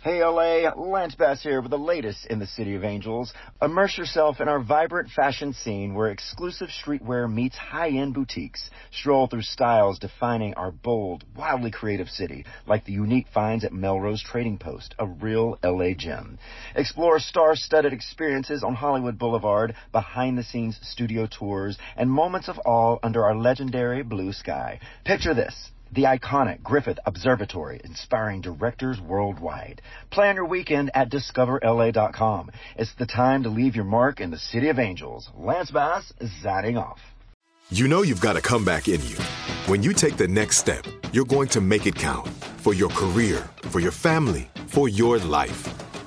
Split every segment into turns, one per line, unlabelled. Hey LA, Lance Bass here with the latest in the City of Angels. Immerse yourself in our vibrant fashion scene where exclusive streetwear meets high-end boutiques. Stroll through styles defining our bold, wildly creative city, like the unique finds at Melrose Trading Post, a real LA gem. Explore star-studded experiences on Hollywood Boulevard, behind-the-scenes studio tours, and moments of awe under our legendary blue sky. Picture this. The iconic Griffith Observatory, inspiring directors worldwide. Plan your weekend at discoverla.com. It's the time to leave your mark in the City of Angels. Lance Bass is signing off.
You know you've got a comeback in you. When you take the next step, you're going to make it count for your career, for your family, for your life.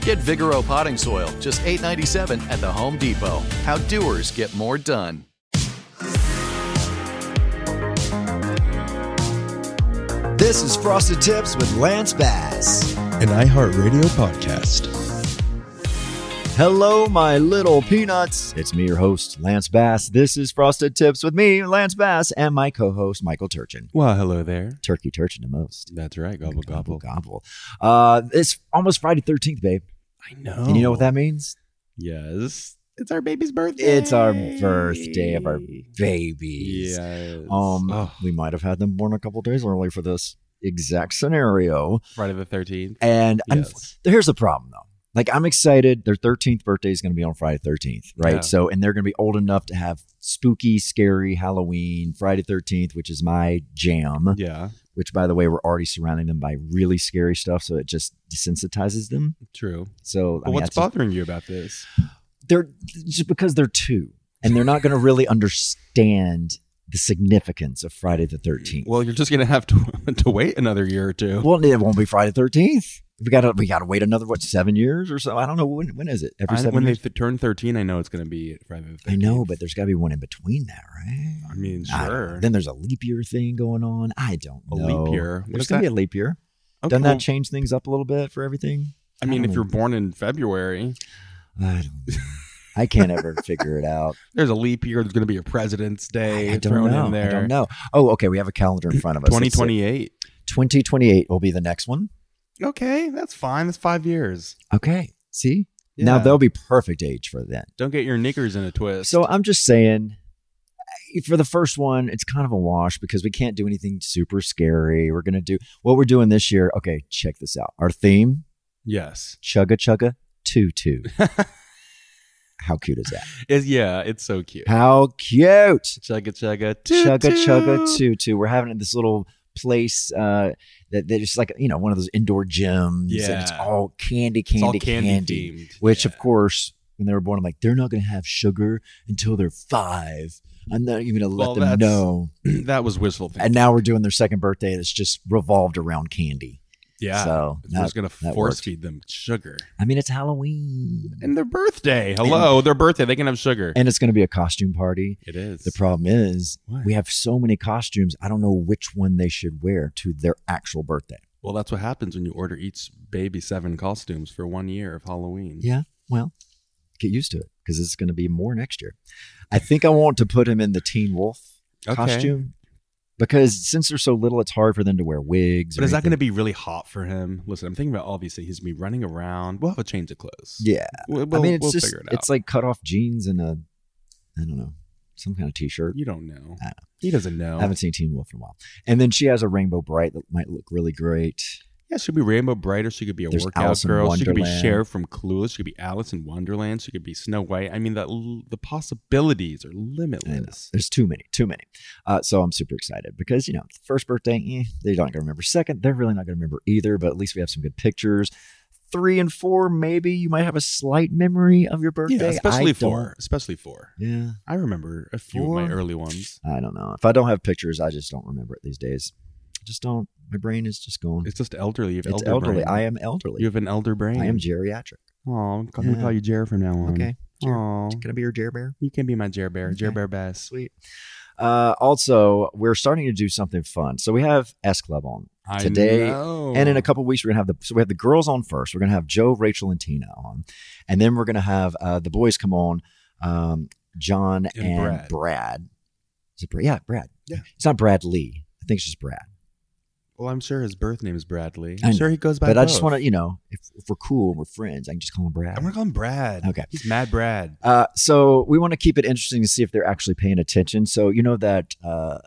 Get Vigoro potting soil, just $8.97 at the Home Depot. How doers get more done.
This is Frosted Tips with Lance Bass,
an iHeartRadio podcast.
Hello, my little peanuts. It's me, your host, Lance Bass. This is Frosted Tips with me, Lance Bass, and my co host, Michael Turchin.
Well, hello there.
Turkey Turchin the most.
That's right. Gobble, gobble.
Gobble. Uh, it's almost Friday 13th, babe.
I know.
And you know what that means?
Yes. It's our baby's birthday.
It's our birthday of our babies.
Yes.
Um,
Oh,
We might have had them born a couple days early for this exact scenario.
Friday the 13th.
And unf-
Yes.
here's the problem though. Like I'm excited. Their 13th birthday is going to be on Friday 13th, right?
Yeah.
So, and they're going to be old enough to have spooky, scary Halloween Friday 13th, which is my jam.
Yeah.
Which, by the way, we're already surrounding them by really scary stuff, so it just desensitizes them.
True.
So, I
But
mean, that's-
what's bothering you about this?
they're just because they're two, and they're not going to really understand the significance of Friday the 13th.
Well, you're just gonna have to to wait another year or two.
Well, it won't be Friday thirteenth. We gotta we gotta wait another what seven years or so. I don't know when when is it? Every
I-
seven
when
years?
they th- turn 13, I know it's gonna be Friday the 13th.
I know, but there's gotta be one in between that, right?
I mean,
I don't know.
sure.
Then there's a leap year thing going on. I don't
A
know.
leap year? What
There's
is
gonna be a
that?
leap year.
Okay,
Doesn't
well,
that change things up a little bit for everything?
I mean,
don't
if you're
know.
born in February,
I don't. Know. I can't ever figure it out.
there's a leap year. There's gonna be a President's Day
I don't
thrown
know.
in there.
I don't know. Oh, okay. We have a calendar in front of us. Let's see.
2028.
2028 will be the next one.
Okay, that's fine. That's five years.
Okay. See? Now
Yeah.
they'll be perfect age for then.
Don't get your knickers in a twist.
So I'm just saying, for the first one, it's kind of a wash because we can't do anything super scary. We're gonna do what we're doing this year. Okay, check this out. Our theme:
yes,
chugga chugga tutu. How cute is that?
It's- yeah, it's so cute.
How cute!
Chugga chugga, toot,
Chugga chugga
toot.
tutu. We're having it in this little place uh, that that is like you know one of those indoor gyms. and it's
Yeah.
all candy,
It's all
candy,
candy,
candy
themed.
which
yeah.
of course when they were born i'm like they're not going to have sugar until they're five i'm not even going to
Well,
let them
that's-
know
that was wishful thinking.
and now we're doing their second birthday and it's just revolved around candy
yeah,
so
we're just
that-
gonna
that
force
worked.
feed them sugar
i mean it's halloween
and their birthday. Hello, their birthday. They can have sugar.
and it's going to be a costume party
it is
the problem is
What?
we have so many costumes i don't know which one they should wear to their actual birthday
Well, that's what happens when you order each baby seven costumes for one year of Halloween.
yeah well get used to it because it's going to be more next year i think i want to put him in the teen wolf
Okay.
costume because since they're so little, it's hard for them to wear wigs.
But is that going to be really hot for him? Listen, I'm thinking about obviously he's gonna be running around. We'll have a change of clothes.
Yeah,
we'll, we'll,
I mean, it's
we'll
just
figure it out.
it's like cut off jeans and a, I don't know, some kind of t-shirt.
you don't know.
I don't
He doesn't know.
I haven't seen Teen Wolf in a while. And then she has a rainbow bright that might look really great.
Yeah, she could be Rainbow Bright, or she could be a
There's
workout
Alice in
girl. She could be
Wonderland.
Cher from Clueless. She could be Alice in Wonderland. She could be Snow White. I mean, that l- the possibilities are
I know.
limitless.
There's too many, too many. Uh, so I'm super excited because you know, first birthday, eh, they're not gonna remember. Second, they're really not gonna remember either. But at least we have some good pictures. Three and four, maybe you might have a slight memory of your birthday.
Yeah,
I
especially
don't-
four. Especially four.
Yeah,
I remember a few of my
Four?
early ones.
I don't know. If I don't have pictures, I just don't remember it these days. I just don't. My brain is just going. It's,
It's just elderly. You have elder
elderly.
brain.
I am elderly.
You have an elder brain.
I am geriatric.
Aw, I'm gonna
Yeah.
call you Jer from now on.
Okay. Jer-
Aw,
Can I be your dare bear?
you can be my Jer Bear. Jer
Okay.
Bear Bass.
Sweet. Uh, also, we're starting to do something fun. So we have S Club on,
I
Today,
know.
and in a couple weeks we're gonna have the so we have the girls on first. We're gonna have Joe, Rachel, and Tina on, and then we're gonna have uh, the boys come on. Um, John
And
and,
Brad.
Brad. Is it Brad? Yeah, Brad.
Yeah.
It's not Brad Lee. I think it's just Brad.
Well, I'm sure his birth name is Bradley.
I
I'm sure
know.
he goes by.
but I just want to, you know, if, if we're cool and we're friends, I can just call him Brad.
I'm gonna call him Brad.
Okay.
He's Mad Brad.
Uh, so we want to keep it interesting to see if they're actually paying attention. So you know that uh,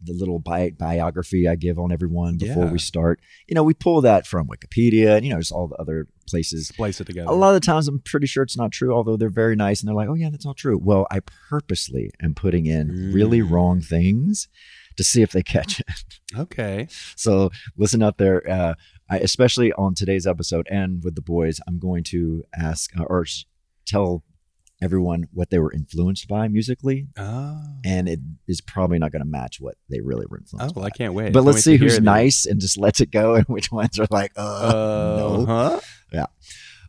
the little bi- biography I give on everyone before
Yeah.
we start. You know, we pull that from Wikipedia and you know just all the other places.
Splice it together.
A lot of the times, I'm pretty sure it's not true, although they're very nice and they're like, "Oh yeah, that's all true." Well, I purposely am putting in really
Mm. Oh,
wrong things to see if they catch it.
Okay.
So listen out there, uh, I, especially on today's episode and with the boys. I'm going to ask uh, or s- tell everyone what they were influenced by musically,
Oh.
and it is probably not going to match what they really were
Oh,
influenced
well, I
by.
can't wait.
But
Can't
let's
wait
see
to hear
who's
these.
nice and just lets it go, and which ones are like, uh,
Uh,
no.
huh?
Uh-huh.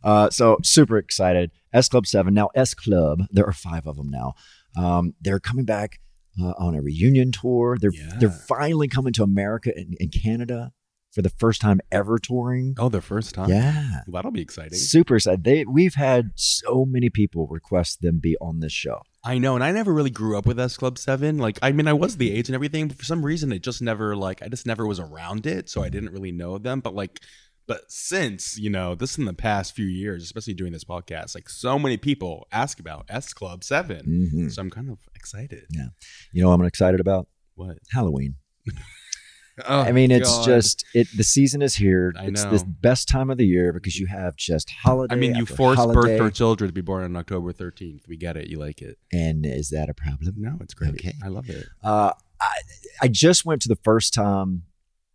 Uh, so super excited. S Club 7. Now, S Club, there are five of them now. Um, they're coming back uh, on a reunion tour. They're,
Yeah.
they're finally coming to America and, and Canada for the first time ever touring.
Oh, the first time.
Yeah.
Well, that'll be exciting.
Super excited. They, we've had so many people request them be on this show.
I know, and I never really grew up with S Club Seven. Like, I mean, I was the age and everything, but for some reason, it just never like I just never was around it, so I didn't really know them. But like, but since you know this in the past few years, especially doing this podcast, like so many people ask about S Club 7
Mhm.
so I'm kind of excited.
Yeah. You know what I'm excited about?
What?
Halloween.
Oh,
I mean, it's
God.
just it. The season is here.
I
it's
know.
the best time of the year because you have just holiday.
I mean, you
after
force
holiday.
birth for children to be born on October 13th. We get it. You like it.
And is that a problem?
No, it's great.
Okay.
I love it.
Uh, I, I just went to the first time.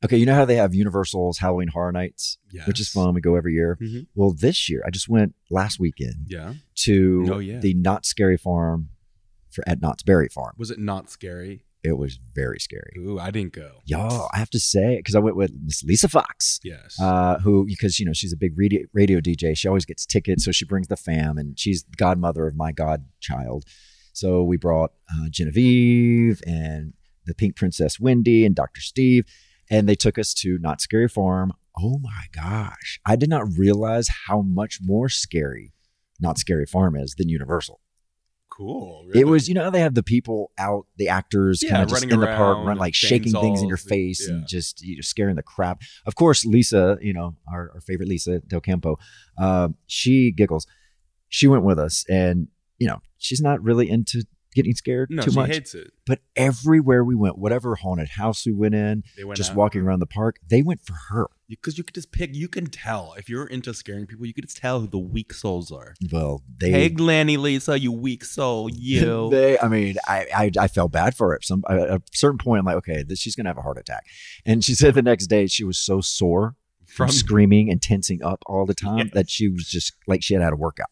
Okay, you know how they have Universal's Halloween Horror Nights, which is
Yes.
fun. We go every year.
Mhm.
Well, this year I just went last weekend
Yeah.
to
Oh, yeah.
the Not Scary Farm for at Knott's Berry Farm.
Was it not scary?
It was very scary.
Ooh, I didn't go.
Y'all, I have to say because I went with Miss Lisa Fox.
Yes.
Uh, who, because you know she's a big radio, radio DJ, she always gets tickets, so she brings the fam, and she's the godmother of my godchild. So we brought uh, Genevieve and the Pink Princess Wendy and Dr. Steve, and they took us to Not Scary Farm. Oh my gosh, I did not realize how much more scary Not Scary Farm is than Universal.
cool.
It was, you know, how they have the people out, the actors
Yeah,
kind of just
running
in the park,
around,
run, like shaking things in your
chainsaws,
face
yeah.
and just you know, scaring the crap. Of course, Lisa, you know, our, our favorite Lisa Del Campo, uh, she giggles. She went with us, and you know, she's not really into getting scared
No,
too
she
much.
hates it.
but everywhere we went, whatever haunted house we went in,
They went
just
out.
walking around the park, they went for her.
Because you could just pick, you can tell. If you're into scaring people, you could just tell who the weak souls are.
Well, they.
hey, Glanny Lisa, you weak soul, you.
They, I mean, I, I, I felt bad for her. Some at a certain point, I'm like, okay, this, she's gonna have a heart attack. And she said the next day she was so sore from screaming and tensing up all the time
Yes.
that she was just like she had had a workout.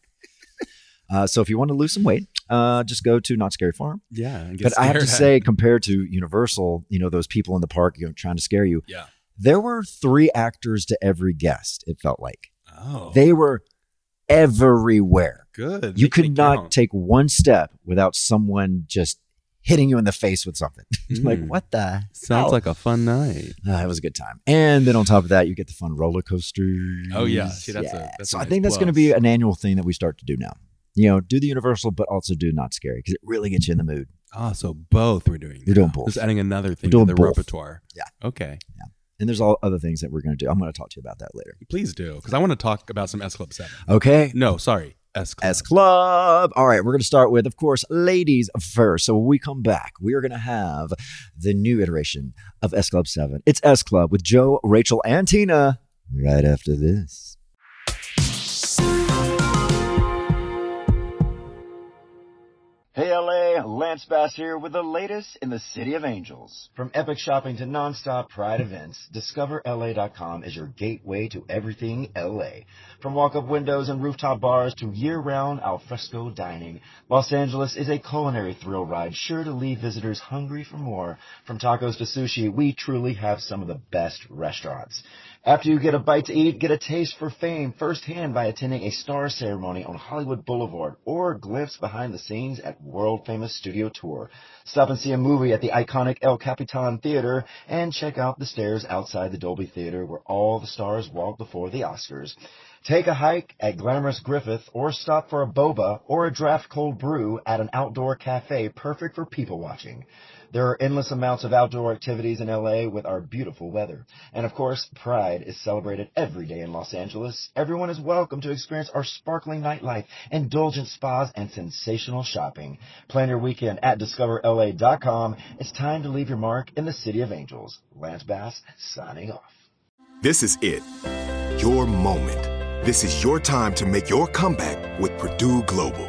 uh, so if you want to lose some weight, uh, just go to Not Scary Farm.
yeah. and get
But I have to
scared at.
say, compared to Universal, you know those people in the park, you know, trying to scare you.
yeah.
There were three actors to every guest. It felt like
Oh,
they were everywhere
good.
you
They can
could not
count.
take one step without someone just hitting you in the face with something. like
Mm.
what the?
Sounds
hell?
like a fun night.
Uh, it was a good time. And then on top of that, you get the fun roller coasters.
Oh, yeah. See, that's a- that's
so
a
I
nice
think that's going to be
plus.
an annual thing that we start to do now. You know, do the universal, but also do not scary because it really gets you in the mood
Ah, so both we're doing.
We're doing
now.
both.
Just adding another thing
doing
to the
both.
repertoire.
Yeah.
Okay.
And there's all other things that we're going to do. I'm going to talk to you about that later.
Please do, because I want to talk about some S Club Seven.
Okay.
No, sorry, S Club.
S Club. All right, we're going to start with, of course, ladies first. So when we come back, we are going to have the new iteration of S Club 7. It's S Club with Joe, Rachel, and Tina right after this.
Hey LA, Lance Bass here with the latest in the City of Angels. From epic shopping to nonstop pride events, discoverla.com is your gateway to everything LA. From walk-up windows and rooftop bars to year-round alfresco dining, Los Angeles is a culinary thrill ride sure to leave visitors hungry for more. From tacos to sushi, we truly have some of the best restaurants. After you get a bite to eat, get a taste for fame firsthand by attending a star ceremony on Hollywood Boulevard or a glimpse behind the scenes at world famous studio tour. Stop and see a movie at the iconic El Capitan Theater and check out the stairs outside the Dolby Theater where all the stars walk before the Oscars. Take a hike at Glamorous Griffith or stop for a boba or a draft cold brew at an outdoor cafe perfect for people watching. There are endless amounts of outdoor activities in LA with our beautiful weather. And of course, Pride is celebrated every day in Los Angeles. Everyone is welcome to experience our sparkling nightlife, indulgent spas, and sensational shopping. Plan your weekend at discoverla.com. It's time to leave your mark in the City of Angels. Lance Bass signing off.
This is it. Your moment. This is your time to make your comeback with Purdue Global.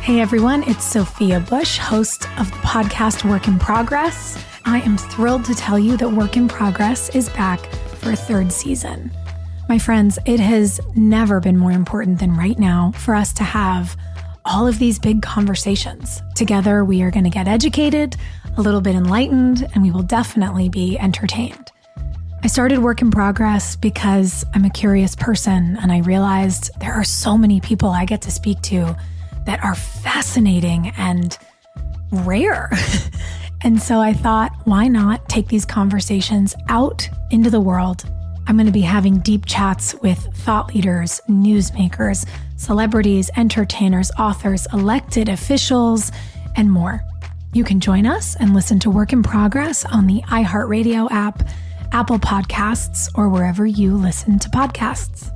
Hey everyone, it's Sophia Bush, host of the podcast Work in Progress. I am thrilled to tell you that Work in Progress is back for a third season. My friends, it has never been more important than right now for us to have all of these big conversations. Together, we are going to get educated, a little bit enlightened, and we will definitely be entertained. I started Work in Progress because I'm a curious person and I realized there are so many people I get to speak to that are fascinating and rare. and so I thought, why not take these conversations out into the world? I'm going to be having deep chats with thought leaders, newsmakers, celebrities, entertainers, authors, elected officials, and more. You can join us and listen to Work in Progress on the iHeartRadio app, Apple Podcasts, or wherever you listen to podcasts.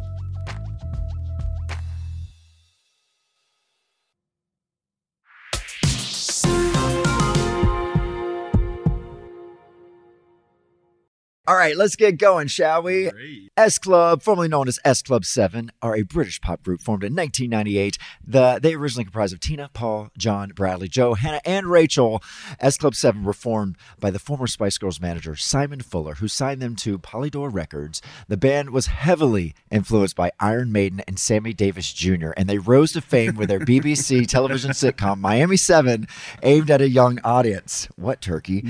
All right, let's get going, shall we? S Club, formerly known as S Club 7, are a British pop group formed in 1998. The, they originally comprised of Tina, Paul, John, Bradley, Joe, Hannah, and Rachel. S Club 7 were formed by the former Spice Girls manager, Simon Fuller, who signed them to Polydor Records. The band was heavily influenced by Iron Maiden and Sammy Davis Jr., and they rose to fame with their BBC television sitcom, Miami 7, aimed at a young audience. What turkey?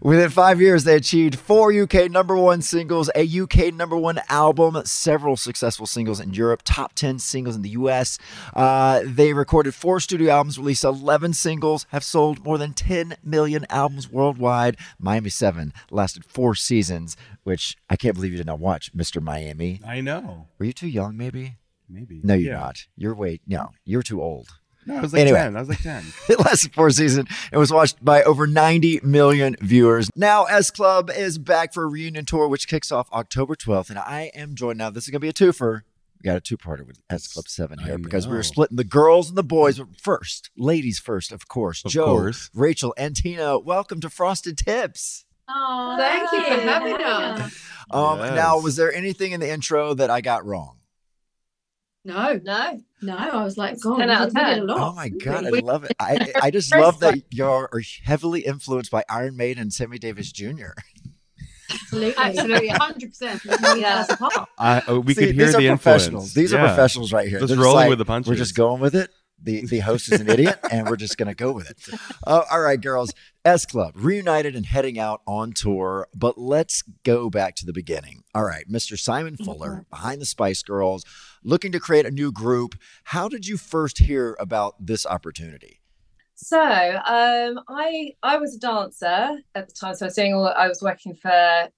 Within five years, they achieved four UK number one singles, a UK number one album, several successful singles in Europe, top 10 singles in the US. Uh, they recorded four studio albums, released 11 singles, have sold more than 10 million albums worldwide. Miami 7 lasted four seasons, which I can't believe you did not watch, Mr. Miami.
I know.
Were you too young, maybe?
Maybe.
No, you're
Yeah.
not. You're way, no, you're too old.
No, I was like
Anyway.
10. I was like 10.
It lasted four seasons and was watched by over 90 million viewers. Now, S Club is back for a reunion tour, which kicks off October 12th. And I am joined now. This is going to be a twofer. We got a two-parter with S Club 7 here because we
know.
were splitting the girls and the boys But first. Ladies first, of course.
Of
Joe,
course.
Rachel, and Tina, welcome to Frosted Tips.
Oh,
Thank you for having us.
Um, Now,
Yes.
was there anything in the intro that I got wrong?
No, no, no. I was like, God,
10 out of
we did
10.
a lot.
Oh my god, I
We-
love it! I I just love that y'all are heavily influenced by Iron Maiden and Sammy Davis Jr.
Absolutely,
Absolutely.
100%.
Yeah.
I, oh, we
See,
could hear
these
the
are
influence.
professionals. These
Yeah.
are professionals right here.
Just
They're
rolling
like,
with the punches.
We're just going with it. The the host is an idiot, and we're just gonna go with it. Uh, all right, girls. S Club reunited and heading out on tour, but let's go back to the beginning. All right, Mr. Simon Fuller behind the Spice Girls, looking to create a new group. How did you first hear about this opportunity?
So um, I I was a dancer at the time, so I was doing all I was working for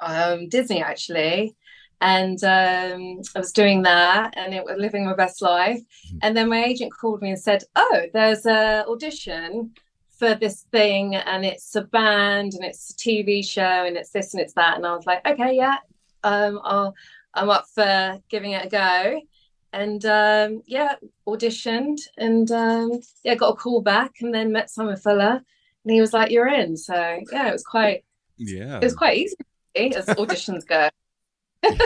um, Disney actually, and um, I was doing that and it was living my best life. And then my agent called me and said, "Oh, there's a audition for this thing, and it's a band, and it's a TV show, and it's this and it's that." And I was like, "Okay, yeah, um, I'll, I'm up for giving it a go." and um, yeah, auditioned and um, yeah, got a call back and then met Simon Fuller and he was like, "You're in." So yeah, it was quite
Yeah.
it was quite easy really, as auditions go.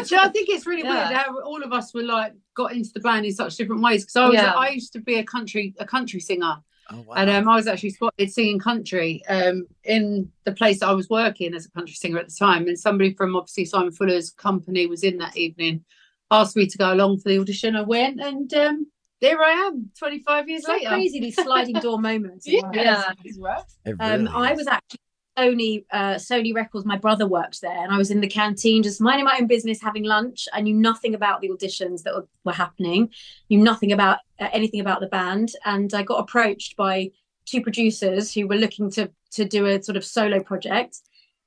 So I think it's really
Yeah.
weird how all of us were like got into the band in such different ways. Because I was
Yeah.
I used to be a country a country singer,
Oh,
and um, I was actually spotted singing country um, in the place that I was working as a country singer at the time. And somebody from obviously Simon Fuller's company was in that evening, asked me to go along for the audition. I went, and um, there I am, twenty five years
It's so
later.
crazy, these sliding door moments in
yeah.
life.
yeah.
It
Um,
really
I
is.
was actually at Sony uh, Sony Records. My brother worked there, and I was in the canteen, just minding my own business, having lunch. I knew nothing about the auditions that were, were happening, knew nothing about uh, anything about the band, and I got approached by two producers who were looking to to do a sort of solo project.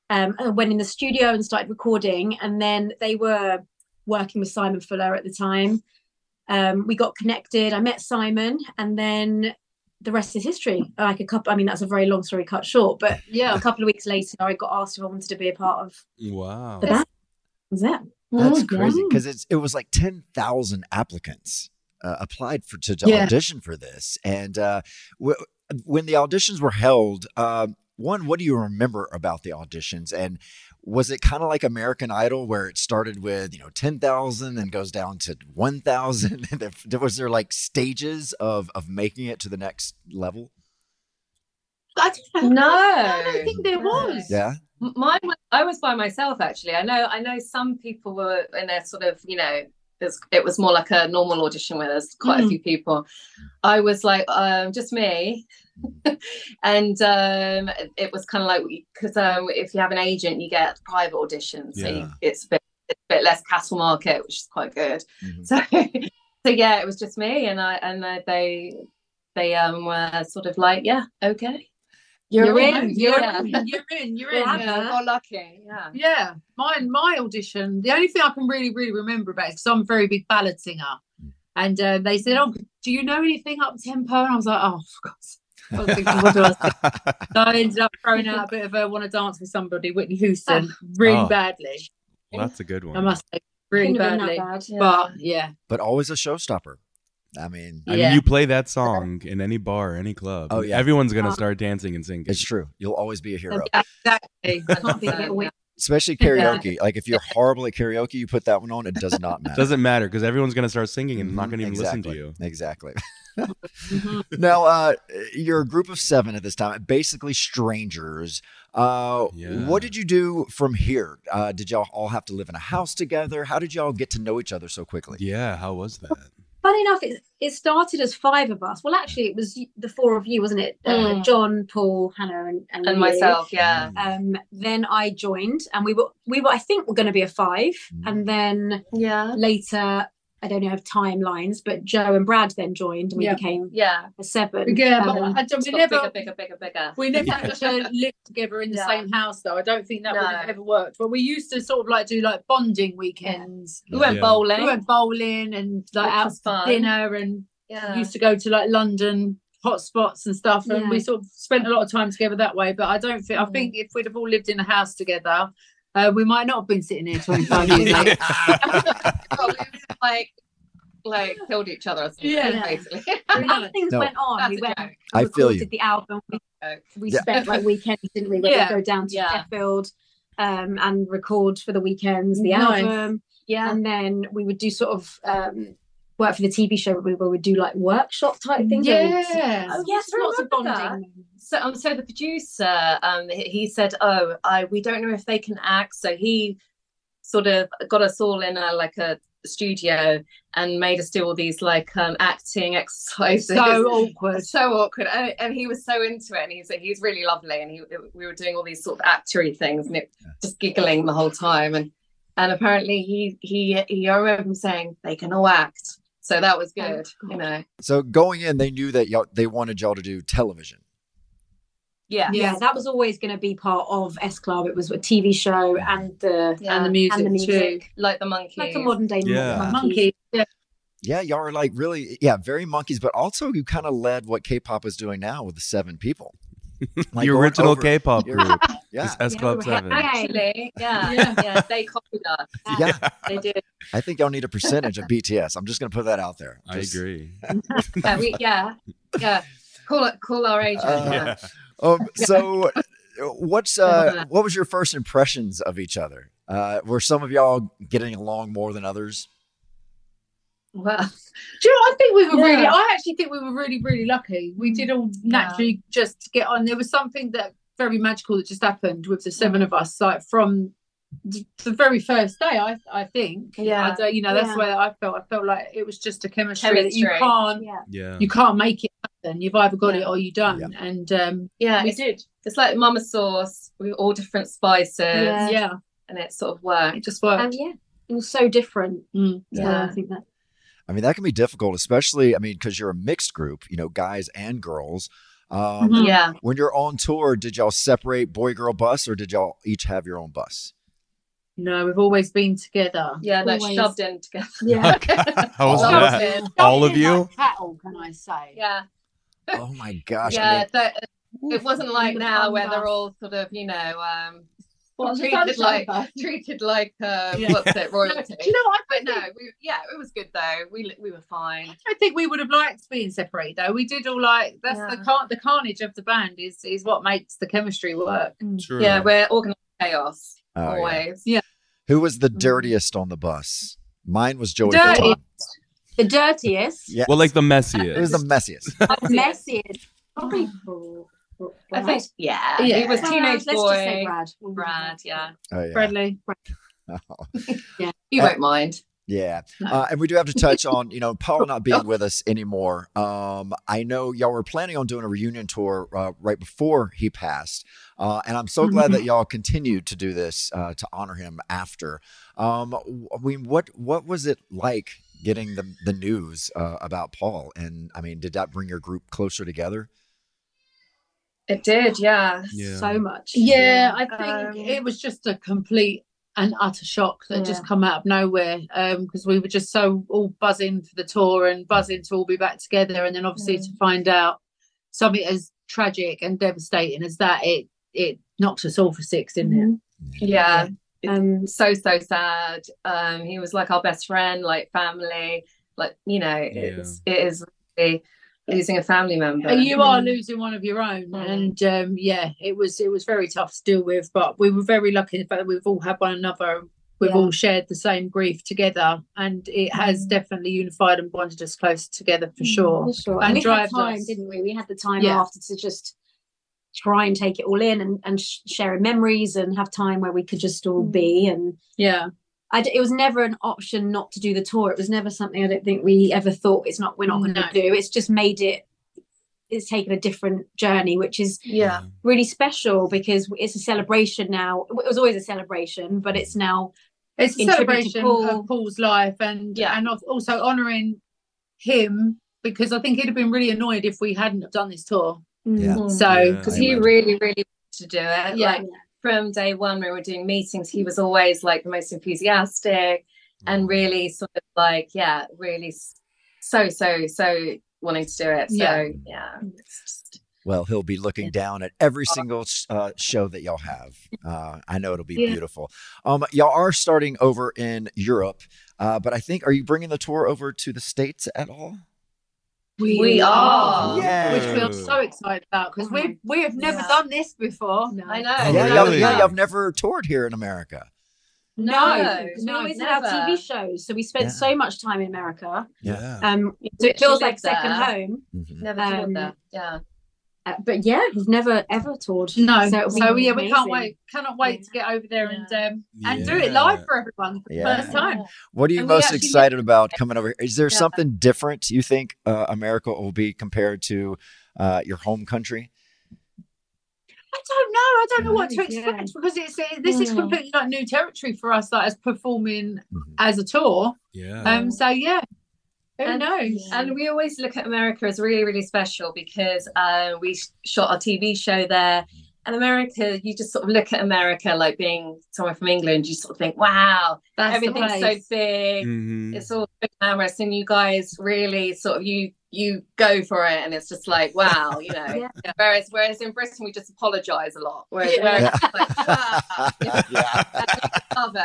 Um, and I went in the studio and started recording, and then they were working with Simon Fuller at the time. Um, we got connected. I met Simon, and then the rest is history. Like a couple, I mean, that's a very long story cut short, but yeah, a couple of weeks later, I got asked if I wanted to be a part of
Wow.
the band. Was that?
That's
Oh,
crazy because it's it was like ten thousand applicants uh, applied for to, to
Yeah.
audition for this, and uh, w- when the auditions were held, um, one, what do you remember about the auditions, and was it kind of like American Idol where it started with you know ten thousand and goes down to one thousand? was there like stages of of making it to the next level?
I don't
No.
I don't think there was.
Yeah.
M- Mine was, I was by myself actually. I know I know some people were in their sort of, you know, there's, it was more like a normal audition where there's quite a
Mhm.
few people. I was like, um, just me. and um, it was kind of like because um, if you have an agent, you get private auditions, so you-
Yeah.
it's a bit it's a bit less castle market, which is quite good. So, so yeah, it was just me, and I and uh, they they um were sort of like, yeah, okay,
You're,
You're
in,
in,
You're
yeah.
in. You're in. You're in.
Well, I got
lucky.
Yeah.
Yeah. Mine. My audition. The only thing I can really, really remember about it because I'm a very big ballad singer, and uh, they said, "Oh, do you know anything up tempo?" And I was like, "Oh, for God's sake." I was thinking, what do I say? So I ended up throwing out a bit of a want to dance with somebody, Whitney Houston, really
Oh.
badly.
Well, that's a good one.
I must say, really
Couldn't have
badly.
been that bad, yeah.
But yeah,
But always a showstopper. I mean,
I mean, you play that song in any bar, any club.
Oh, yeah.
Everyone's going to
Uh,
start dancing and singing. It's
true. You'll always be a hero.
exactly.
can't be a bit weird.
especially karaoke. Like if you're horrible at karaoke, you put that one on, it does not matter.
Doesn't matter because everyone's going to start singing and not going to even listen
Mm-hmm. Exactly.
to you.
Exactly. now, uh, you're a group of seven at this time, basically strangers. Uh, What did you do from here? Uh, did y'all all have to live in a house together? How did y'all get to know each other so quickly?
Yeah, how was that?
Funny enough, it, it started as five of us. Well, actually, it was y- the four of you, wasn't it? Uh,
Mm.
John, Paul, Hannah, and and,
And
you.
myself, yeah.
Um, then I joined, and we were we were I think we're going to be a five,
Mm.
and then yeah later. I don't know of timelines, but Joe and Brad then joined, and we
Yeah.
became
yeah
a seven.
Yeah, but
Um,
I don't-
It's
we
got
never-
bigger, bigger, bigger, bigger.
We never actually lived together in the
No.
same house, though. I don't think that would have
No.
ever worked. But we used to sort of like do like bonding weekends.
We went Yeah. bowling.
We went bowling and like
Which
out
was
for
fun.
dinner and
Yeah.
used to go to like London hot spots and stuff. And
Yeah. Mm.
we sort of spent a lot of time together that way. But I don't think I think if we'd have all lived in a house together, uh, we might not have been sitting here twenty five years later.
like like killed each other or something,
Yeah.
basically.
And as things
No.
went on,
That's
we
a
went.
joke.
and
I feel
recorded
you.
the album. We, we
Yeah.
spent like weekends, didn't we? Where
Yeah.
we go down to Sheffield um, and record for the weekends the
Nice.
album. Yeah, and then we would do sort of um, work for the TV show. We, we would do like workshop type things. where we'd-
Yes.
oh yes,
I
lots of
remember that.
bonding.
So, um, so the producer, um, he- he said, "Oh, I we don't know if they can act." So he sort of got us all in a like a studio and made us do all these like um acting exercises.
So awkward.
so awkward. And, and he was so into it, and he's he's really lovely. And he we were doing all these sort of actory things, and it, just giggling the whole time. And and apparently he he he I remember him saying they can all act. So that was good, you know.
So going in, they knew that y'all they wanted y'all to do television.
Yeah.
yeah, that was always going to be part of S Club. It was a TV show and the
Yeah. And the
and the
music too.
music.
like the monkeys,
like a modern day
Yeah.
monkeys.
Monkey. Yeah.
Yeah, y'all are like really, yeah, very monkeys, but also you kind of led what K-pop is doing now with the seven people. Like
The
going
original
over-
K-pop
Yeah.
group
Yeah.
is S Club Seven.
Actually, yeah,
Yeah.
yeah, they copied us.
Yeah.
they did.
I think y'all need a percentage of BTS. I'm just gonna put that out there.
I agree.
Yeah, we, yeah, yeah. Call it, call our agent.
Uh, um, so, uh, what's uh, what was your first impressions of each other? Uh, were some of y'all getting along more than others?
Well,
do you know? what? I think we were really.
Yeah.
I actually think we were really, really lucky. We did all naturally just get on. There was something that very magical that just happened with the seven of us, like from th- the very first day. I I think.
Yeah.
I don't, you know, that's
Yeah.
the way that I felt. I felt like it was just a chemistry, that you
Chemistry.
can't.
Yeah.
You can't make it happen. You've either got it or you don't. And um,
yeah,
we
it's, It's like mama sauce with all different spices.
Yeah. Yeah.
and it sort of worked. It
just
And yeah, it was so different.
Mm.
So
Yeah.
I think that
I mean, that can be difficult, especially I mean, because you're a mixed group, you know, guys and girls. Um,
Mhm. Yeah.
When you're on tour, did y'all separate boy girl bus, or did y'all each have your own bus?
no, we've always been together.
Yeah, like
Always.
shoved in together.
Yeah.
How was
Shoved
that?
in.
All
Shoved in
of
like
you?
Cattle, can I say?
Yeah.
Oh my gosh! I
yeah,
mean-
that- it wasn't like
Oof.
now where they're
Numbers.
all sort of, you know, um,
Well,
treated
just
like
over.
treated like uh,
Yeah.
what's it royalty.
No, do you know what?
But no, we, yeah, it was good though. We we were fine.
I think we would have liked being separated though. We did all like that's the car- the carnage of the band is is what makes the chemistry work.
True.
Yeah, we're organized chaos
Oh, yeah.
always.
Yeah.
Who was
mm-hmm.
the dirtiest on the bus? Mine was Joey.
Dirty.
Fatone.
the dirtiest,
Yeah.
Well, like the messiest.
It was the messiest.
messiest, probably.
I think yeah,
Yeah.
he was
Brad,
teenage
let's just
boy.
say Brad.
Brad, yeah.
Oh, yeah.
Bradley.
yeah. You
Uh,
won't mind.
Yeah. Uh, and we do have to touch on, you know, Paul not being with us anymore. Um, I know y'all were planning on doing a reunion tour uh, right before he passed. Uh, and I'm so glad that y'all continued to do this uh, to honor him after. Um, w- I mean, what what was it like getting the, the news uh, about Paul? And I mean, did that bring your group closer together?
It did, yeah.
Yeah. So
much.
Yeah, I think it was just a complete and utter shock that just
Yeah.
come out of nowhere because we were just so all buzzing for the tour and buzzing to all be back together, and then obviously to find out something as tragic and devastating as that, uh, it it knocked us all for six, didn't it?
Yeah. Um, so so sad. Um, he was like our best friend, like family, like you know, it's it is really losing a family member. Mm.
And you
Mm-hmm.
are losing one of your own, and um, yeah, it was it was very tough to deal with. But we were very lucky in the fact that we've all had one another. We've
Yeah.
all shared the same grief together, and it has
Mm.
definitely unified and bonded us closer together for sure.
Mm-hmm. For
and
sure. And, we had
drives
time,
us.
didn't we? We had the time
Yeah.
after to just try and take it all in and, and sh- share memories and have time where we could just all be. And
Mm. yeah,
I d- it was never an option not to do the tour. It was never something I don't think we ever thought it's not we're not going to
No.
do. It's just made it. It's taken a different journey, which is
Yeah.
really special because it's a celebration now. It was always a celebration, but it's now
It's a
in tribute to
celebration of Paul's life and and of also honouring him because I think he'd have been really annoyed if we hadn't have done this tour.
Mm.
Yeah.
So
Yeah, 'cause I he imagine. really, really to do it.
Yeah.
Like from day one, when we were doing meetings, he was always like the most enthusiastic and really sort of like, yeah, really s- so, so, so wanting to do it. So,
Yeah.
yeah. it's just-
Well, he'll be looking down at every single uh, show that y'all have. Uh, I know it'll be
Yeah.
beautiful. Um, y'all are starting over in Europe, uh, but I think are you bringing the tour over to the states at all?
We,
We
are,
are.
which we are
Yeah.
so excited about because we we have never done this before.
I
yeah,
know.
y'all, yeah, y'all have never toured here in America.
No,
No,
because we
no,
always had our
never.
TV shows, so we spent
Yeah.
so much time in America.
Yeah. Mm-hmm.
Um, so it feels
Literally
like second
there.
home.
Never
Um,
done that. Yeah.
uh, but yeah, we've never ever toured.
No, so,
it'll be
yeah, we can't
amazing.
wait, cannot wait to get over there and um, and do it
Yeah.
live for everyone for the
Yeah.
first time.
What are you
And we
most
actually-
excited about coming over here? Is there
Yeah.
something different you think uh, America will be compared to uh, your home country?
I don't know. I don't know what to
Yeah.
expect because it's it, this is
Mm.
completely like new territory for us, like as performing as a tour.
Mm-hmm. Yeah.
Um. So yeah. Who
and,
knows?
And we always look at America as really, really special because uh, we sh- shot our TV show there. And America, you just sort of look at America like being someone from England, you sort of think, wow,
That's the
everything's so
place.
big.
Mm-hmm.
Mm-hmm.
Mhm.
It's all so glamorous. And you guys really sort of, you you go for it. And it's just like, wow, you know. Whereas whereas in Britain, we just apologize a lot. Whereas
Yeah.
whereas
Yeah.
it's like, wow, love it.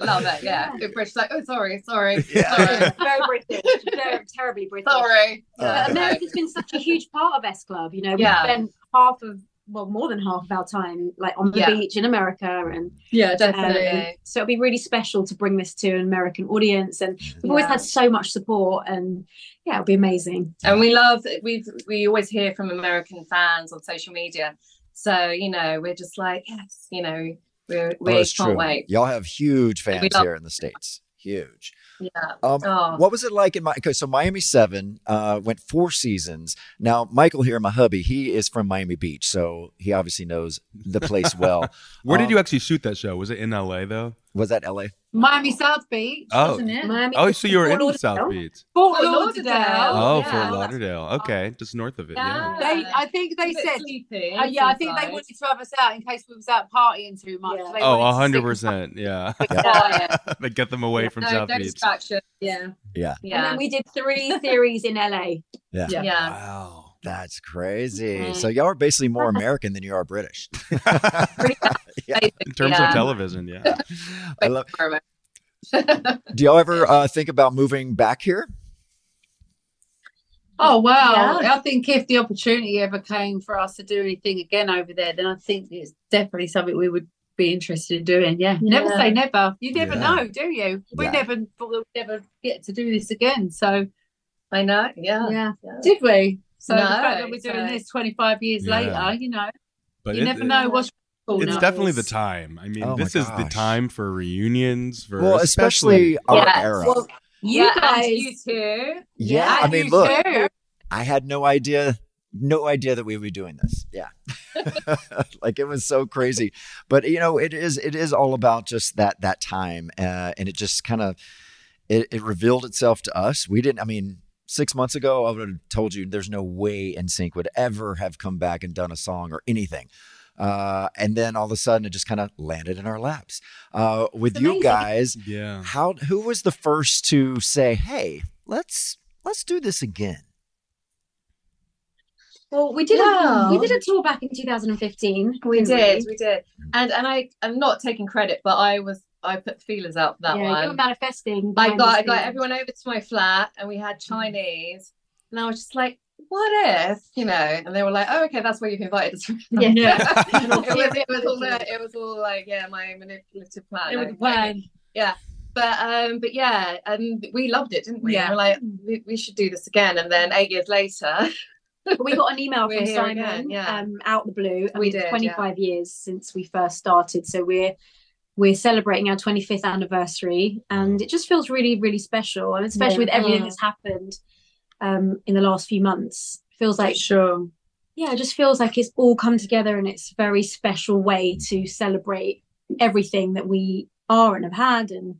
Love it. Yeah. Good British, like, oh, sorry, sorry. Sorry.
Very British, very terribly British.
Sorry.
But America's been such a huge part of S Club. You know, we
Yeah.
spent half of, well, more than half of our time like on the
Yeah.
beach in America, and
Yeah,
um,
definitely.
so it'll be really special to bring this to an American audience, and we've always
Yeah.
had so much support, and yeah, it'll be amazing.
and we love we we always hear from american fans on social media so you know we're just like yes you know we're,
Oh,
we can't
that's true.
wait
Y'all have huge
We
fans
love-
here in the states. Huge.
yeah
Um,
oh.
What was it like in my? 'cause So Miami Seven uh, went four seasons. Now Michael here, my hubby, he is from Miami Beach, so he obviously knows the place well.
Where did
Um,
you actually shoot that show? Was it in L.A. though?
Was that L.A.?
Miami South Beach,
Oh.
wasn't it?
Miami-
Oh, so you were in
Fort
South
Lauderdale.
Beach.
Fort
Fort
Lauderdale.
Lauderdale.
Oh,
yeah.
Fort Lauderdale. Okay, just north of it. Yeah.
They, I think they
bit
said,
sleepy
uh, yeah, I think they
sometimes.
wanted to have us out in case we was out partying too much. They
Oh,
wanted to
a hundred
stick us
percent. Yeah.
quiet.
They get them away from South Beach.
distraction.
Yeah.
Yeah.
And then we did three series in LA.
Yeah.
Yeah.
Wow, that's crazy.
Mm-hmm.
So y'all are basically more American than you are British. Yeah.
In terms of television, yeah.
I love. Do y'all ever uh, think about moving back here?
Oh wow!
Yeah.
I think if the opportunity ever came for us to do anything again over there, then I think it's definitely something we would be interested in doing. Yeah, never
Yeah.
say never. You never
Yeah.
know, do you? We
Yeah.
never thought we'd never get to do this again. So
i know yeah
yeah, did we? So the
No,
fact that we're doing
so-
this twenty five years
Yeah.
later, you know,
But
you
it-
never
it-
know what's.
It's definitely the time. I mean,
Oh my
this is the
gosh.
time for reunions. For
Well, especially our Yeah. era. Well,
You
yeah, and
guys-
you too
Yeah, I mean,
you
look.
too.
I had no idea, no idea that we would be doing this. Yeah. like it was so crazy. But you know, it is it is all about just that that time. Uh, and it just kind of it, it revealed itself to us. We didn't I mean, six months ago I would have told you there's no way NSYNC would ever have come back and done a song or anything. Uh, and then all of a sudden it just kind of landed in our laps. Uh, with you guys,
yeah.
How who was the first to say, "Hey, let's let's do this again"?
Well, we did
Wow.
a we did a tour back in 2015.
we
didn't
did we did and and i i'm not taking credit but i was i put feelers out for that
yeah,
one
you were manifesting.
I
behind
got
the
I got
scenes.
everyone over to my flat and we had Chinese and I was just like, what if, you know? And they were like, oh, okay, that's where you've invited us from.
Yeah. Yeah.
it, was, it was all uh, it was all like, yeah, my manipulative plan.
It was
Okay.
planned.
Yeah. But um, but yeah, and we loved it, didn't we?
Yeah.
We were like, we, we should do this again. And then eight years later,
But we got an email
We're
from
here
Simon
again, yeah.
um, out the blue. and
We
it's
did, yeah.
25 years since we first started, so we're we're celebrating our 25th anniversary, and it just feels really, really special, and especially
Yeah.
with everything
Mm.
that's happened um, in the last few months, feels like
sure,
yeah, it just feels like it's all come together, and it's a very special way to celebrate everything that we are and have had, and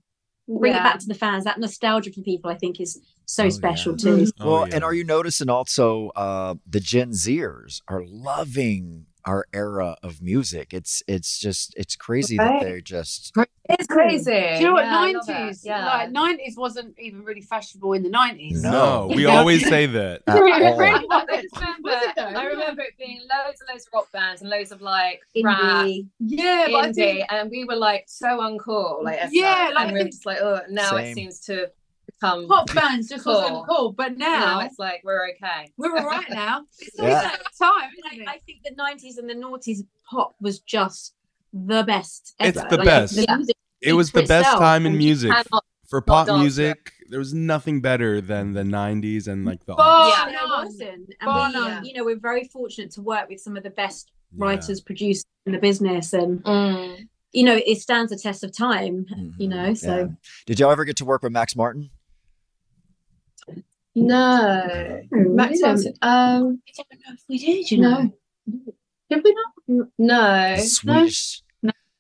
bring
Yeah.
it back to the fans. That nostalgia for people, I think, is so
Oh,
special too.
Well, and are you noticing also uh, the Gen Zers are loving our era of music? It's it's just it's crazy
Right.
that they're just
It's crazy.
Do you know what?
Yeah, I love it.
90s.
Yeah.
Like, 90s wasn't even really fashionable in the 90s.
No, we always say that.
At all.
I remember, I remember it being loads and loads of rock bands and loads of like
Indie.
Rap, yeah,
but I
indie,
think-
and we were like so uncool, like as
Yeah,
such,
like,
and
I
we we're
think-
just like, oh, now
Same.
it seems to have become
Pop bands just wasn't cool, but now-
it's like we're okay,
We're all right now. It's
always Yeah.
time.
I, I think the 90s and the noughties pop was just the best.
It's
ever.
the
Like,
best.
the music
It was
for
the best
itself,
time in
and you
music.
cannot
For
not
pop
dance to it.
music, there was nothing better than the 90s and like
Oh,
the
yeah, there wasn't.
Bar
And we,
none.
you know, we're very fortunate to work with some of the best writers, producers in the business, and
Mm.
you know, it stands the test of time.
Mm-hmm.
You know, so
yeah. Did y'all ever get to work with Max Martin?
No, Max
didn't.
Martin- Um, I don't know if we did. You know, did we not? No,
The Swedish.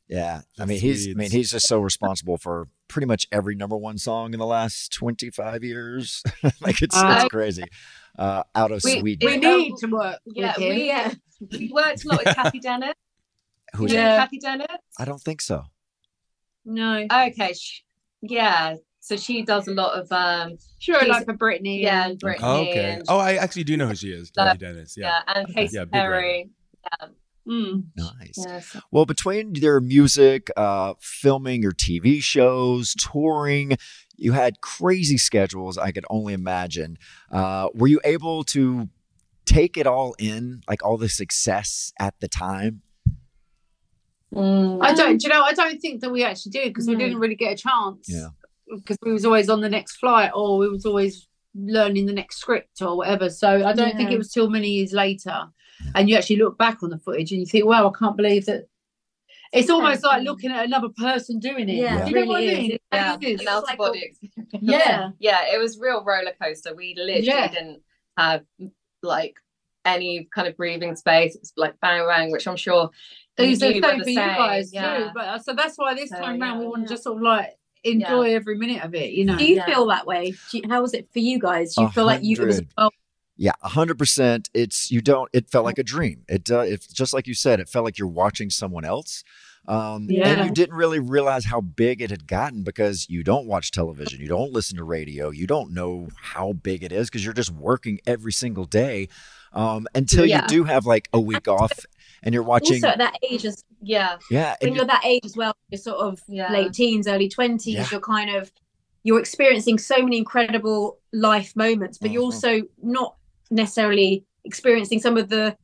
Yeah, I mean he's I mean he's just so responsible for pretty much every number one song in the last twenty five years. like it's,
Uh,
it's crazy. Uh, out of
We-
Sweden,
we
need to work.
Yeah,
with him.
we uh, we worked a lot with Kathy Dennett.
Who's
you know
that?
Kathy Dennett?
I don't think so.
No.
Okay. sh yeah. So she does a lot of um.
Sure,
she's-
like for Britney.
Yeah, and Britney.
Oh, okay.
And,
Oh, I actually do know who she is. Dorothy Dennis. Yeah.
and
Okay.
Casey
Yeah, big
Perry.
Um,
Yeah.
mm.
Nice.
Yes.
Well, between their music, uh, filming your TV shows, touring, you had crazy schedules. I could only imagine. Uh, were you able to take it all in, like all the success at the time?
Mm.
I don't, do you know, I don't think that we actually did because we
Um, No.
didn't really get a chance
Yeah.
because we was always on the next flight or we was always learning the next script or whatever. So I don't think
Yeah.
it was till many years later. And you actually look back on the footage and you think, wow, I can't believe that. It's almost like looking at another person doing it.
Yeah,
Do you
it
know what I
really
mean?
is. Yeah,
It is.
an out of body experience.
Yeah.
yeah, it was real roller coaster. We literally
Yeah.
didn't have like any kind of breathing space. It's like bang bang, which I'm sure
It
you
was the
do were
same
the
for you
same,
guys
yeah.
too. But uh, so that's why this
So,
time round we
yeah.
want to just sort of like enjoy every minute of it. You know?
do you
Yeah.
feel that way? Do you, how was it for you guys?
Oh,
Do you feel like you? Was,
100. Yeah, hundred percent. It's you don't. It felt like a dream. It uh, it's just like you said. It felt like you're watching someone else. Um, And
Yeah.
you didn't really realize how big it had gotten because you don't watch television, you don't listen to radio, you don't know how big it is because you're just working every single day um, until
Yeah.
you do have like a week off and you're watching.
also at that age, as
yeah,
Yeah, and
when
you-
you're that age as well, you're sort of late teens, early twenties.
Yeah.
You're kind of you're experiencing so many incredible life moments, but you're
Mhm.
Mm-hmm.
also not necessarily experiencing some of the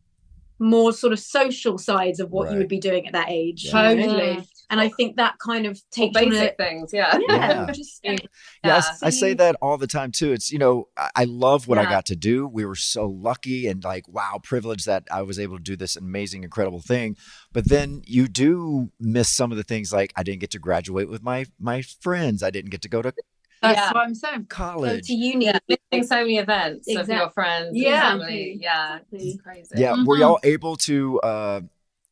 more sort of social sides of what you would be doing at that age.
Yeah.
you know?
Totally.
And I think that kind of takes you on
basic
a-
things, yeah.
Yeah.
just- and
Yeah, I s- I, say
See?
that all the time too. It's you know I, I love what I
Yeah.
got to do. We were so lucky and like wow, privileged that I was able to do this amazing, incredible thing. But then you do miss some of the things like I didn't get to graduate with my my friends. I didn't get to go to
That's what I'm saying.
College.
to uni,
missing so many events of your
Exact-
friends,
Yeah.
yeah, family. yeah, it's crazy.
yeah. Were y'all able to uh,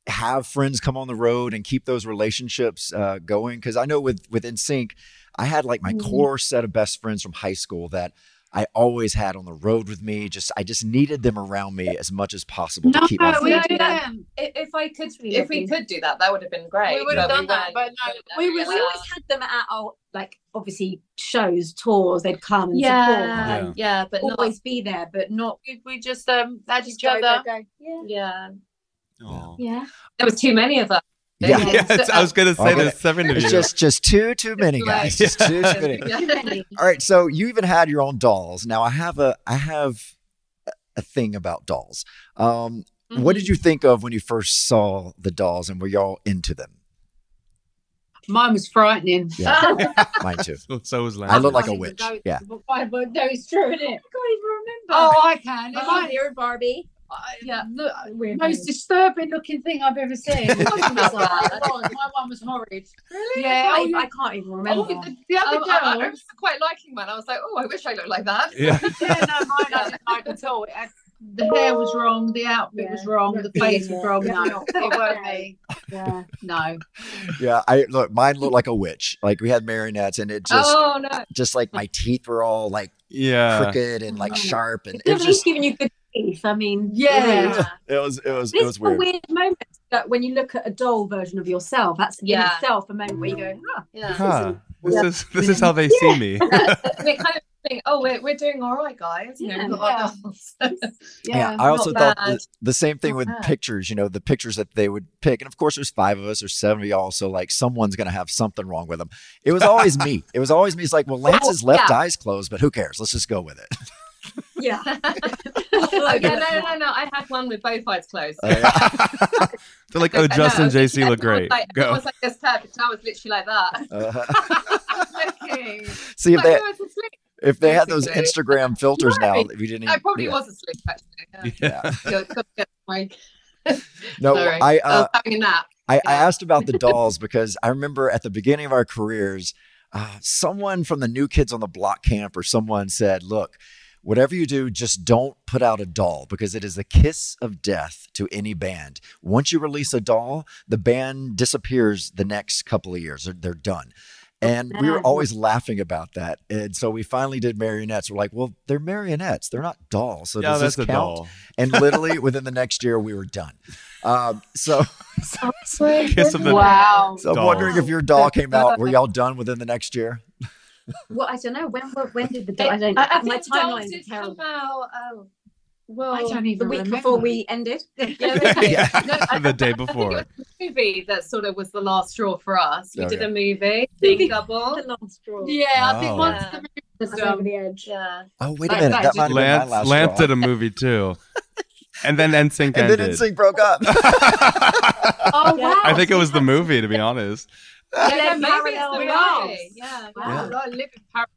have friends come on the road and keep those relationships uh, going? Because I know with with NSYNC, I had like my
Mhm.
core set of best friends from high school that. I always had on the road with me. Just I just needed them around me as much as possible to keep my
Oh, we
friends.
do that. I- If I could, if we could do that, that would have been great.
We would have
but
done that,
weren't.
we, was, we always had them at our like obviously shows, tours. They'd come and
Yeah,
support, and
yeah, but not-
always be there, but not.
We just um had each
go,
other.
go,
Yeah.
yeah,
yeah.
Oh. There was too many of us.
Yeah,
it's- I was gonna say
Okay.
there's seven of
It's
you.
just just too too many guys. Just too, too many.
Yeah.
All right, so you even had your own dolls. Now I have a I have a thing about dolls. Um, What did you think of when you first saw the dolls, and were y'all into them?
Mine was frightening.
Yeah. Mine too.
so was
I look like a witch. Yeah.
I but no, it's true, isn't it?
I
Oh, I can.
can't even remember. I'm here, Barbie.
yeah, the
Weird
most
name.
disturbing looking thing I've ever seen. Mine was like- oh, my one was horrid.
Really?
Yeah,
I
oh,
can't-
yeah.
I can't even remember.
Oh, the, the other
Um,
girl.
I- I, remember quite liking mine. I was like, oh, I wish I looked like that.
Yeah.
yeah, no, mine I didn't like at all. It had- the hair was wrong, the outfit was wrong, the face was wrong. No, it weren't me.
Yeah.
No.
Yeah, I look. Mine looked like a witch. Like we had marionettes, and it just,
Oh, no.
just like my teeth were all like
Yeah.
crooked and
Mm. Mm-hmm.
like sharp, and it
At
was
least
just
giving you good teeth. I mean,
it was it was it was
It's a
weird.
weird moment that when you look at a doll version of yourself, that's
Yeah.
in itself a moment where
Oh.
you go, ah,
Yeah.
Huh. This is this is how they see me.
And it kind of think, oh, we're, we're doing all right, guys. You know, we've got our dolls.
Yeah, I
not
also thought
bad.
the, the same thing
Not
with
bad.
pictures. You know, the pictures that they would pick, and of course, there's five of us or seven of y'all, so like someone's gonna have something wrong with them. It was always me. It was always me. It's like, well, Lance's left
Oh, yeah.
eye's closed, but who cares? Let's just go with it.
Yeah.
oh, yeah, no, no, no. I had one with both eyes closed.
Uh,
They're like, oh,
No,
Justin,
it was-
JC
everyone
look
was
great.
Like, everyone
Go.
was like, that's perfect. I was literally like that.
Uh,
Looking.
See, if
Like,
they-
oh, I was asleep.
if they had those
Basically.
Instagram filters now,
No,
if you didn't.
I
even-
probably
yeah.
was asleep actually.
Yeah.
You're- you're getting my-
No,
Sorry.
I,
was
uh,
having a nap.
I, I asked about the dolls because I remember at the beginning of our careers, uh, someone from the New Kids on the Block camp or someone said, "Look, whatever you do, just don't put out a doll because it is the kiss of death to any band. Once you release a doll, the band disappears the next couple of years; they're, they're done." And we were always laughing about that. And so we finally did marionettes. We're like, well, they're marionettes. They're not dolls. So
Yeah,
does this
Oh, that's a
count?
doll.
And literally within the next year, we were done. Um, so
Kiss of the
Wow.
so I'm
Dolls.
wondering if your doll came out, were y'all done within the next year?
Well, I don't know. When when did the doll? I don't.
I- I
my
think the dolls
timeline
did
is terrible.
come out, oh, well,
I don't even the week
remember.
before we ended.
the day before.
movie that sort of was the last straw for us. We
Oh,
did
yeah.
a movie, Big Double. The
last straw.
Yeah, I think
Oh.
once
Uh-huh.
Yeah.
the movie was
That's
done.
over the edge.
Yeah.
Oh wait
a minute, that might have
been my
Lance,
last
Lance
straw.
did a movie too, and then NSYNC
And then
ended.
NSYNC broke up.
Oh, wow.
I think it was the movie, to be honest.
Yeah,
Yeah,
maybe
Mario
it's the movie.
Bros.
Yeah.
Yeah.
Wow. I live in Paris.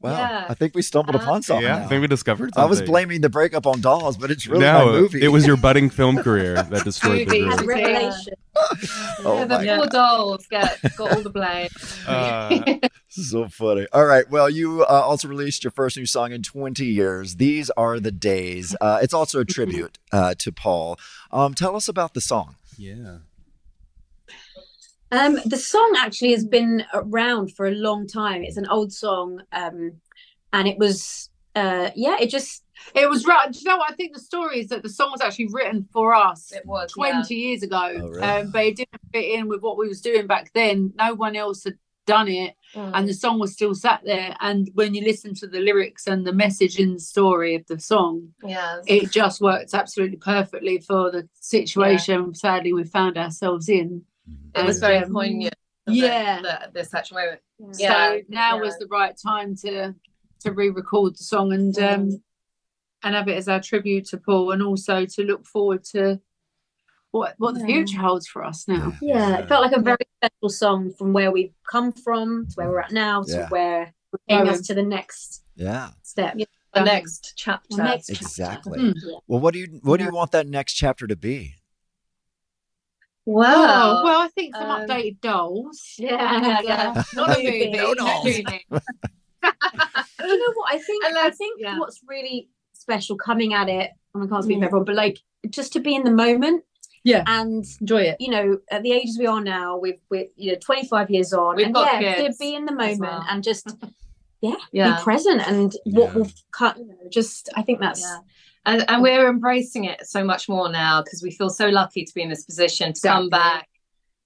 Wow.
Yeah.
I think we stumbled upon something.
Yeah, I
now.
think we discovered
I was
something.
blaming the breakup on dolls, but it's really
no,
my movie.
it was your budding film career that destroyed the
Movies.
group.
Revelation.
Oh
yeah, the
my
poor dolls get got all the blame.
Uh,
so funny. All right. Well, you uh, also released your first new song in 20 years. These are the days. Uh, it's also a tribute uh, to Paul. Um, tell us about the song.
Yeah.
Um, the song actually has been around for a long time. It's an old song, um, and it was uh, yeah, it just
It was right. Do you know what? I think the story is that the song was actually written for us. It
was
twenty years ago,
Oh, really?
um, but it didn't fit in with what we was doing back then. No one else had done it,
Mm.
and the song was still sat there. And when you listen to the lyrics and the message and story of the song,
Yeah.
it just worked absolutely perfectly for the situation. Sadly, we found ourselves in.
It was
And,
very
um,
poignant.
Yeah.
At this actual moment.
so now was the right time to to re-record the song and um and have it as our tribute to Paul and also to look forward to what what the
Yeah.
future holds for us now.
yeah, it felt like a very special song from where we've come from to where we're at now to
Yeah.
where we're going
Going.
us to the next
Yeah.
step.
the next chapter.
next
Exactly.
Mm.
Well, what do you what do you want that next chapter to be?
Wow.
Oh, well, I think some
Um,
updated dolls.
Yeah,
And,
yeah.
uh, Not a movie.
Maybe.
not a
No dolls.
movie.
Do you know what I think? I think what's really special coming at it, and I can't speak
Mm.
for everyone, but like just to be in the moment.
Yeah,
and
enjoy it.
You know, at the ages we are now, we've we're you know 25 years on,
We've
and
got
yeah,
kids
to be in the moment
well.
and just yeah,
Yeah.
be present and what will cut. You know, just I think that's
and, and we're embracing it so much more now because we feel so lucky to be in this position to come back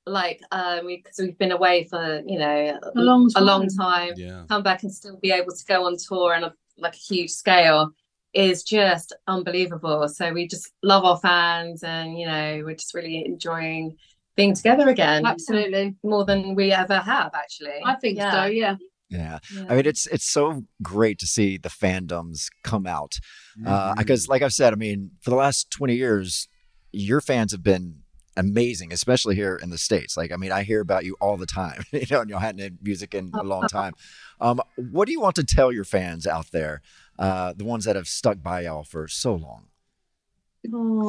like um because we've been away for you know
A long
a long
time.
time
Yeah.
come back and still be able to go on tour on a, like a huge scale is just unbelievable so we just love our fans and you know we're just really enjoying being together again
Absolutely.
more than we ever have actually
I think so, yeah.
Yeah. I mean, it's it's so great to see the fandoms come out because, like I've said, I mean, for the last twenty years, your fans have been amazing, especially here in the states. Like, I mean, I hear about you all the time. you know, and you hadn't had music in a long time. Um, what do you want to tell your fans out there, uh, the ones that have stuck by y'all for so long?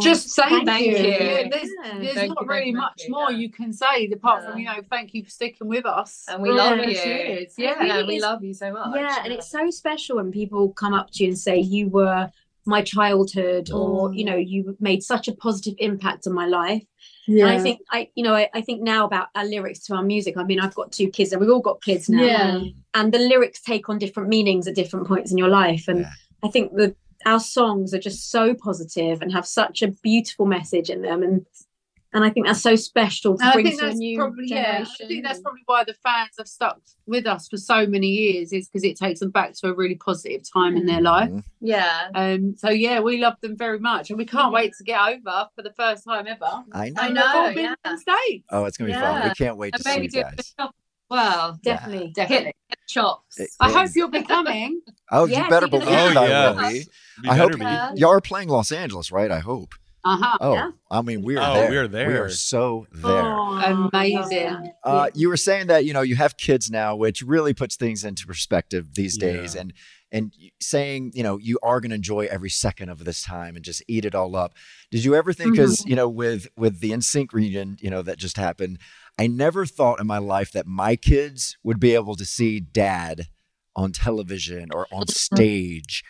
Just say
thank
thank,
you.
you. Yeah, there's there's
Thank
not
you very
really much more you can say apart from you know thank you for sticking with us
And
Oh,
we
for
love
all these
you.
years.
Yeah,
Yeah,
we love you so much.
Yeah, and it's so special when people come up to you and say, You were my childhood,
Mm.
or, you know, you made such a positive impact on my life. And I
Yeah.
think I, you know, I, I think now about our lyrics to our music. I mean, I've got two kids and we've all got kids now.
Yeah.
And the lyrics take on different meanings at different points in your life. And I think that our songs are just so positive and have such a beautiful message in them. And and I think that's so special to
And I
bring
think
to a
that's
new
probably yeah. I
generation.
think that's probably why the fans have stuck with us for so many years is because it takes them back to a really positive time in their
Mm-hmm.
life.
Yeah.
Um. So yeah, we love them very much, and we can't wait to get over for the first time ever.
I know.
I
And
know,
we've all been
yeah.
in States.
Oh, it's gonna be fun. We can't wait to
and
see
maybe
you
do
guys.
A shop as well,
definitely,
definitely. Get chops.
It-
I
it-
hope you'll be coming.
Oh, you better
you're
believe
gonna
it,
have
I will
us.
be.
You
I hope
better be.
y'all are playing Los Angeles, right? I hope.
Uh-huh.
Oh,
Yeah. Oh,
I mean, we are
Oh,
there.
we are
We are
there.
so there.
Amazing.
Uh, you were saying that you know you have kids now, which really puts things into perspective these days, and and saying you know you are going to enjoy every second of this time and just eat it all up. Did you ever think, because you know, with with the NSYNC reunion, you know that just happened, I never thought in my life that my kids would be able to see Dad on television or on stage.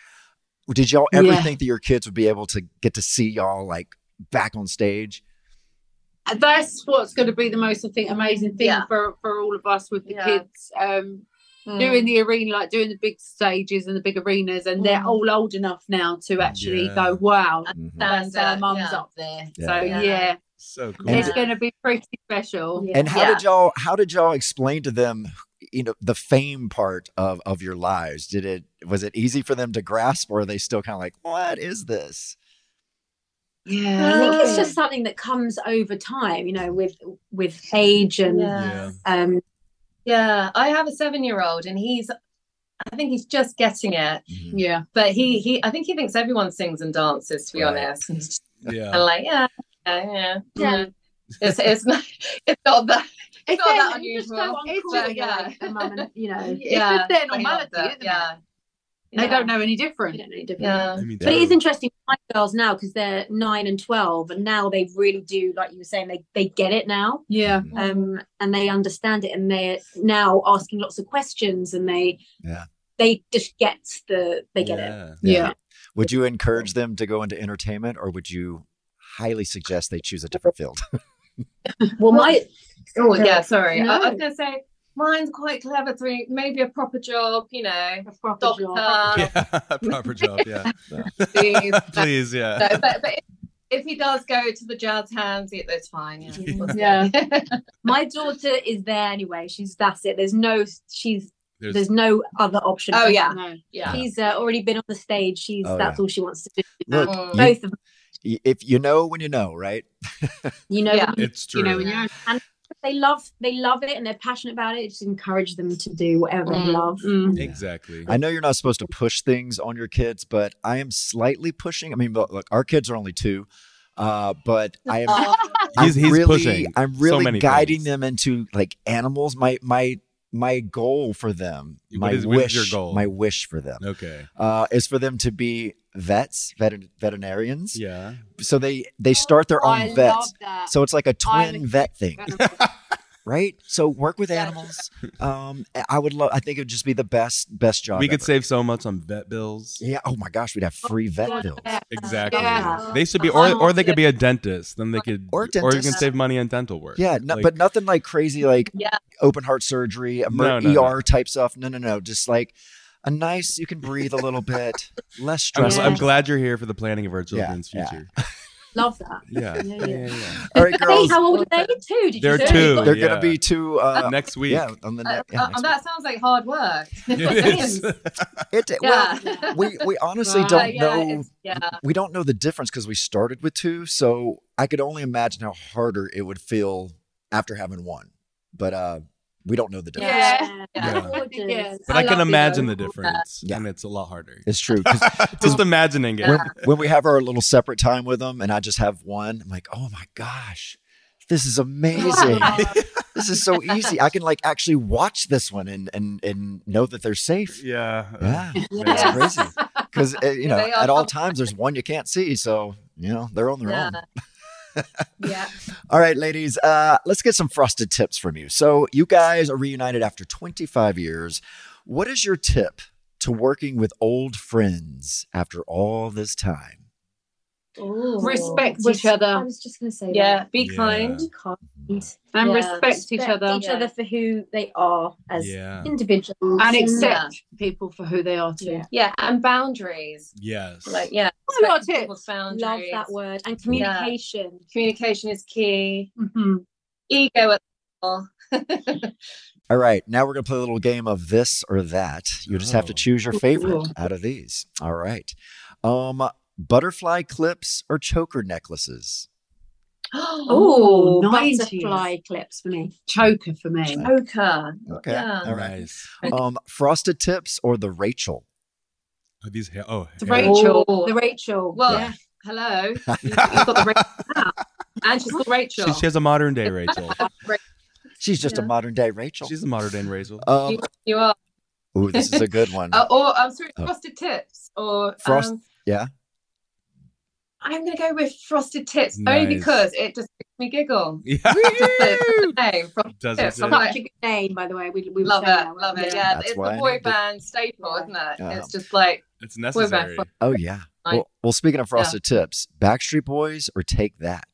Did y'all ever
Yeah.
think that your kids would be able to get to see y'all like back on stage?
that's what's going to be the most I think amazing thing for for all of us with the kids um
Mm.
doing the arena like doing the big stages and the big arenas and they're
Mm.
all old enough now to actually
Yeah.
go wow
Mhm.
that's our mum's
Yeah.
up there
Mm-hmm. Yeah.
so
Yeah.
yeah,
So
cool.
it's
And-
going to be pretty special
And how did y'all how did y'all explain to them you know the fame part of of your lives? Did it was it easy for them to grasp or are they still kind of like, what is this?
yeah
I think it's just something that comes over time, you know, with with age and
Yeah.
um
Yeah, I have a seven-year-old, and he's, I think he's just getting it.
Mm-hmm.
Yeah,
but he he, I think he thinks everyone sings and dances. To be honest, and he's
Yeah.
like, yeah, yeah, yeah, yeah. It's it's not it's not that it's,
It's
not that
then you just
unusual.
go, it's
but
just
yeah,
like a mum and- you know, it's
yeah,
just their
something like
normality,
that,
isn't it?
yeah.
they don't know any different
Yeah.
mean,
but
that-
it is interesting with my girls now because they're nine and twelve, and now they really do, like you were saying, they they get it now.
Yeah.
Um, and they understand it, and they're now asking lots of questions, and they
Yeah.
they just get the they get it. Yeah.
Would you encourage them to go into entertainment or would you highly suggest they choose a different field?
Well, my
Oh yeah, sorry. I, I
No.
was gonna say mine's quite clever through maybe a proper job, you know, a
proper
doctor.
Proper job, yeah.
Please.
Please,
No,
yeah.
but, but if, if he does go to the jazz hands, it, that's fine. Yeah. We'll see.
my daughter is there anyway. She's that's it. There's no she's
There's-
there's, no other option.
Oh,
for her.
yeah. No. Yeah.
She's uh, already been on the stage. She's
Oh,
that's
yeah.
all she wants to do. now.
Look, you-
Both of them,
Y- if you know when you know, right?
you know.
Yeah.
when you-
It's
You know
true.
when you and they love they love it and they're passionate about it. Just encourage them to do whatever they love.
Mm. Exactly.
I know you're not supposed to push things on your kids, but I am slightly pushing. I mean, look, look, our kids are only two, uh, but I am. I'm
He's- he's
really,
pushing
I'm
so
really
many
guiding them into like animals. My my my goal for them.
What
my
is- what is
wish.
your goal?
My wish for them.
Okay.
Uh, is for them to be vets, veter- veterinarians.
Yeah.
So they they start their
Oh,
own
I love
vets.
that. Oh,
So it's like a
I'm
twin vet thing. Right, so work with animals. Um, I would love. I think it would just be the best, best job.
we could
ever.
save so much on vet bills.
Yeah. Oh my gosh, we'd have free vet bills.
Exactly.
Yeah.
They should be, or, or they could be a dentist. Then they could,
Or
or, you can
dentist.
save money on dental work.
Yeah, no,
Like,
but nothing like crazy, like
Yeah.
open heart surgery, emer-
No, no,
ER type stuff. No, no, no. Just like a nice, you can breathe a little bit, less
I'm,
stress.
I'm glad you're here for the planning of our children's
yeah.
future.
Love that.
Yeah.
yeah, yeah.
All right, girls.
Hey, how old are they? Two? Did
They're
you say?
two.
They're
yeah.
gonna be two uh,
Next week.
Yeah, on the ne-
Uh,
yeah,
uh,
next
that sounds like hard work.
It is.
It,
yeah.
week. we we honestly
Uh,
don't
yeah,
know.
it's- yeah.
We don't know the difference because we started with two, so I could only imagine how harder it would feel after having one. But uh, We don't know the difference.
Yeah.
Yeah.
Gorgeous.
But I, can
love it.
imagine the difference, and it's a lot harder.
It's true. 'cause
Just imagining it.
when, when we have our little separate time with them, and I just have one, I'm like, oh my gosh, this is amazing. this is so easy. I can like actually watch this one and and and know that they're safe.
Yeah, uh,
yeah,
Yeah.
it's crazy because you know
They
at
are-
all times there's one you can't see, so you know they're on their own.
yeah.
All right, ladies, uh, let's get some frosted tips from you. So, you guys are reunited after 25 years. What is your tip to working with old friends after all this time?
Respect each other.
I was just going to say
Yeah,
that.
be Yeah. kind.
Be kind. And
And respect each other.
Each other for who they are as
Yeah.
individuals.
And uh, accept people for who they are too.
Yeah, and boundaries.
Yes.
Like yeah,
What are
respecting people's boundaries.
Love that word. And communication.
Communication is key. Ego at all.
All right, now we're going to play a little game of this or that. You just have to choose your favorite
Ooh.
out of these. All right. Um, butterfly clips or choker necklaces?
Oh,
Ooh,
nineties.
butterfly clips for me.
Choker for me.
Choker.
Oh,
Okay. All right.
Nice.
Um, frosted tips or the Rachel?
Are these hair? Oh,
The
hair-
Rachel.
Oh.
The Rachel.
Well, hello. You've got the Rachel now. And she's called Rachel.
She, she has a modern day Rachel.
She's just a modern day Rachel.
She's a modern day Rachel.
Um,
You- you are.
ooh, this is a good one.
Uh, or I'm sorry,
Oh.
frosted tips. Or
Frost.
um,
yeah.
I'm going to go with frosted tips
Nice.
only because it just makes me giggle.
Yeah.
name, frosted
Does
tips.
it?
I'm
Such
like,
a good name, by the way. We, we
love
were saying
it,
that,
love
weren't
it.
we?
Yeah,
That's
it's
why
the
I
boy
named it-
band staple, isn't it?
Yeah.
It's just like
It's
boy band
necessary.
frosted
Oh yeah.
Like-
well, well, speaking of
Yeah.
frosted tips, Backstreet Boys or take that.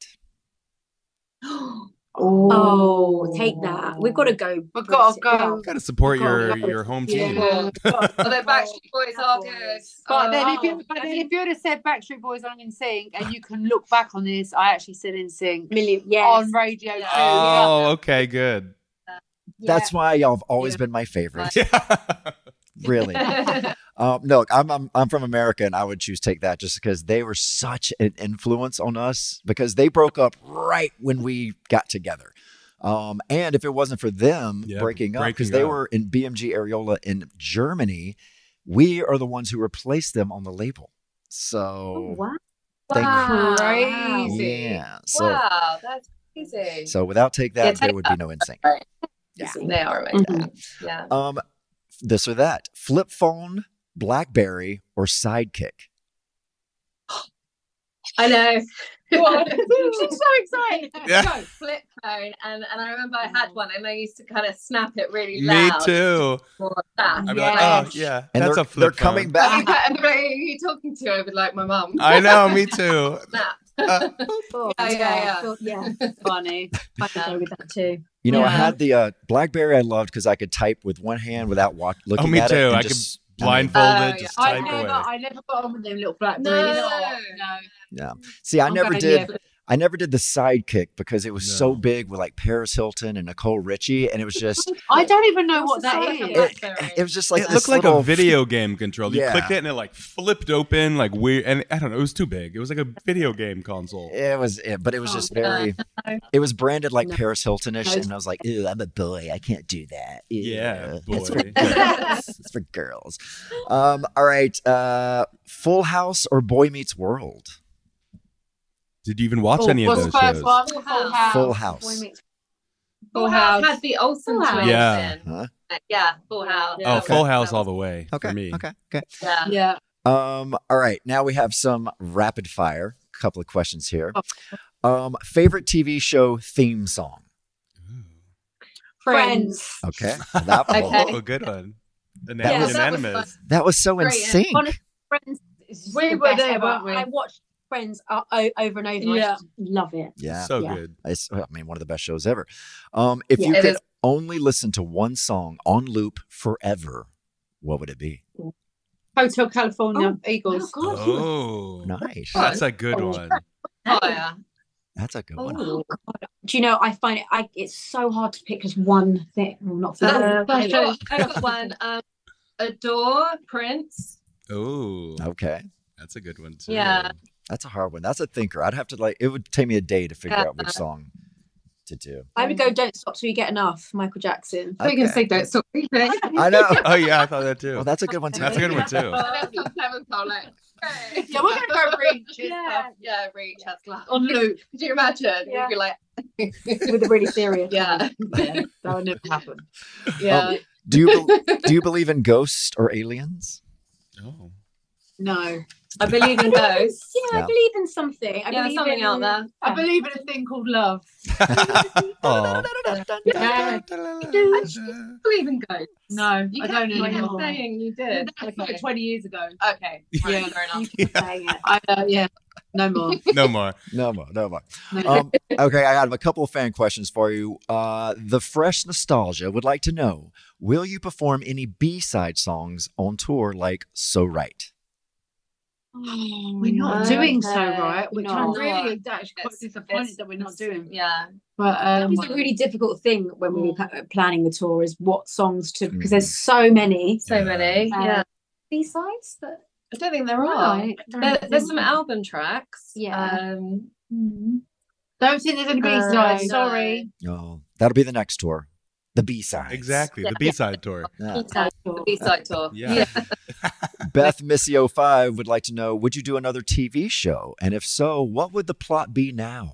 Oh, take that. We've got to go. We've got to go.
Gotta support your your home team.
Yeah. Although Backstreet
Oh,
Boys are good.
But then,
Oh,
if you, but then if you would have said Backstreet Boys on In Sync, and you can look back on this, I actually said In Sync
Million, yes.
on Radio Two.
Oh, okay, good.
That's why y'all have always been my favorite. really. Um, no, I'm, I'm I'm from America, and I would choose take that just because they were such an influence on us because they broke up right when we got together. Um, and if it wasn't for them breaking up, because
breaking
they
up.
were in BMG Areola in Germany, we are the ones who replaced them on the label.
Oh,
So
wow.
Thank
Wow.
you.
Crazy.
Yeah. So
wow, that's crazy.
so without take that,
Yeah, Take
there would be no insane.
Yeah. They are amazing.
Mm-hmm.
Yeah.
Um, this or that, flip phone, BlackBerry, or Sidekick.
I know.
What?
She's so excited.
Yeah.
No, flip phone. And, and I remember I had one and I used to kind of snap it really
Mm. Me
loud.
too.
Or that.
I'd be like, oh yeah,
And
that's
they're-
a flip.
they're coming
phone.
back.
And I- and I- who are you talking to? I would like my mum.
I know, me too.
Snap. yeah,
yeah.
yeah, yeah.
yeah. Funny. I could go with that too.
You know, I
Yeah.
had the uh, BlackBerry I loved because I could type with one hand without watch- looking
Oh, me
at
too.
it. and
I could
just-
blindfold it, Oh, yeah. just
I
type
never,
away.
I never got on with them little black.
No.
no.
Yeah. See, I
Oh,
I'm
never
gonna
did.
do it.
I never did the sidekick because it was so big with like Paris Hilton and Nicole Richie, and it was just
I don't even know what that
What's the
is.
size of
it was just like
it
this
looked like
little-
a video game controller. You
Yeah.
clicked it and it like flipped open, like weird. And I don't know, it was too big. It was like a video game console.
It was, it, but it was just very. It was branded like Paris Hiltonish,
No.
and I was like, "Ew, I'm a boy. I can't do that." Ew.
Yeah,
It's for
boy.
girls. it's for girls. Um, all right, uh, Full House or Boy Meets World?
Did you even watch
Oh,
any of
what's
those
the first
shows?
one?
Full
Full
Boy
House.
Meets-
Full House had the Olsen
Full
twins
Yeah.
Huh?
in. Yeah, Full House.
Oh, Full House all the way
okay,
for me.
Okay. Okay.
Yeah.
Yeah.
Um, all right, now we have some rapid fire. Couple of questions here. Um, favorite TV show theme song?
Friends.
Okay, well, that,
Okay.
Oh, good one. An
That was-
animus.
that was so in
Great, and
sync.
honestly, Friends is
We
the
were
best
there,
ever.
weren't we?
I watched Friends uh, o- over and over. I
Yeah.
just love it.
Yeah.
So Yeah. good.
It's, uh, I mean, one of the best shows ever. Um, if
Yeah.
you
It
could
is.
only listen to one song on loop forever, what woh it be?
Hotel California
oh,
Eagles.
Oh,
nice.
That's a good one.
That's a good one.
Oh, God. Do you know? I find it. I, it's so hard to pick just one thing. Well, not for
Um,
me.
I've got, I've got one. Um, Adore Prince.
Oh,
Okay.
that's a good one too.
Yeah.
That's a hard one. That's a thinker. I'd have to like. It would take me a day to figure out which
Yeah.
song. to do.
I would go Don't Stop Till You Get Enough, Michael Jackson.
We're gonna Okay. say
Don't Stop.
I know.
Oh yeah, I thought that too. Well,
that's a good one too.
That's a good one too.
Uh,
Yeah, we're gonna go reach.
Yeah, yeah, reach has glass
On loop.
Could you imagine?
Yeah.
You'd be like,
with a really serious.
yeah,
that would never happen.
Yeah.
Um, do you bel- do you believe in ghosts or aliens?
No.
I believe in ghosts.
Yeah,
Yeah.
I believe in something. I
Yeah,
believe
something
in,
out there.
I believe in a thing called love.
Oh,
Yeah.
I believe in ghosts.
No, I don't
you kept
anymore.
saying you did.
That's like
Okay.
20 years ago.
Okay.
Yeah.
Fair enough.
I, uh, yeah, no more.
no more.
No more. No more. Um, okay, I have a couple of fan questions for you. Uh, the Fresh Nostalgia would like to know: Will you perform any B-side songs on tour, like "So Right"?
We're not doing so
okay.
right, which
We're
I'm
not.
really actually quite
It's-
disappointed
it's-
that we're not doing.
Yeah.
But
That
um, Mm.
was a really difficult thing when we were pla- planning the tour is what songs to because there's so many.
So many.
Uh,
yeah.
B sides that
I don't think there are.
Right.
There, there's some album tracks. Yeah. Um,
Mm-hmm. don't think there's any B
Uh,
side.
no.
Sorry.
Oh, that'll be the next tour, the B-side.
Exactly, the B side tour.
Yeah.
B-side tour. B-side tour.
Yeah.
Beth Missy 05 would like to know: Would you do another TV show? And if so, what would the plot be now?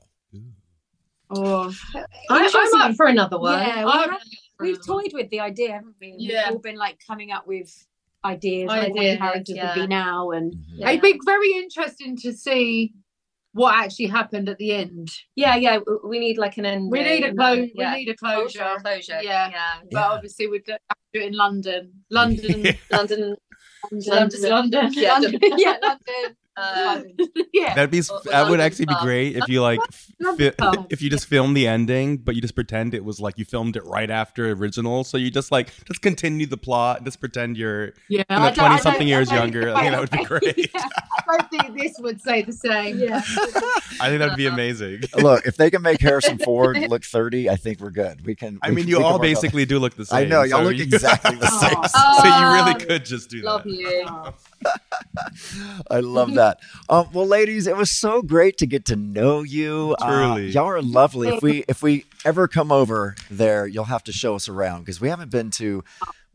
Or
I'm, I'm up for another one.
Yeah, we
I'm-
have, we've toyed with the idea, haven't we? We've
Yeah.
all been like coming up with ideas of what
Ideas,
the characters would
yeah.
be now and
Yeah.
It'd be very interesting to see what actually happened at the end.
yeah, yeah. w- We need like an end.
We need a clo- we need a closure.
Closure.
Yeah.
yeah.
But obviously, we'd do it in London. London.
London.
London. London.
Yeah.
London.
yeah.
London.
Uh,
yeah.
That'd be. s- That would actually be great if you like. Fi-
London.
if you just film the ending, but you just pretend it was like you filmed it right after original, so you just like just continue the plot, just pretend you're
Yeah,
you
I
know,
don't- I
twenty something
don't-
years
I don't-
younger. I think that would be great.
I don't think this would say the same. Yeah.
I think that would be amazing.
Look, if they can make Harrison Ford look 30, I think we're good. We can.
I
we
mean,
can-
you
we can
all
work on
basically do look the
I
same.
know, y'all
so
look exactly the same.
Oh.
so you really could just do that.
Love you.
that. I love that. Um, well, ladies, it was so great to get to know you. Uh,
Truly.
y'all are lovely. If we if we ever come over there, you'll have to show us around because we haven't been to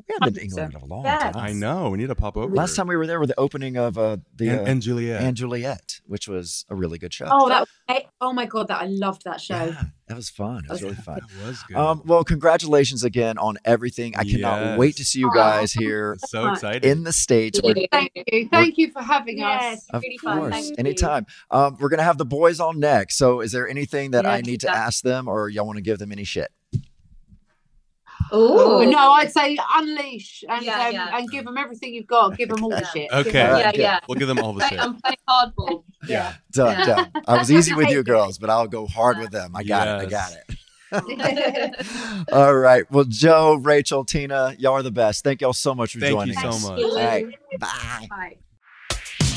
we haven't been to England in a long
Yes.
time.
I know. We need to pop over.
Last time we were there were the opening of uh, the
And-
uh,
and Juliet.
and Juliet, which was a really good show.
oh that was great. oh my god that I loved that show.
That was fun. It was really fun.
was good.
Um, well, congratulations again on everything. I cannot
Yes.
wait to see you guys here.
So excited.
In the States. We're-
Thank you. Thank you for having us.
of course, anytime. Um, we're going to have the boys on next. So, is there anything that I
Yeah,
need to ask them or y'all want to give them any shit?
Oh no, I'd say unleash and
Yeah,
um,
yeah.
and give them everything you've got. Give them all the shit.
Okay.
Yeah, yeah.
We'll give them all the shit.
I'm playing um, hardball.
Yeah.
Done,
Yeah.
done. I was easy with you girls, but I'll go hard with them. I got it. I got
Yes.
it. All right. Well, Joe, Rachel, Tina, y'all are the best. Thank y'all so much for
Thank you
joining
so
us.
much.
All right.
Bye. Bye.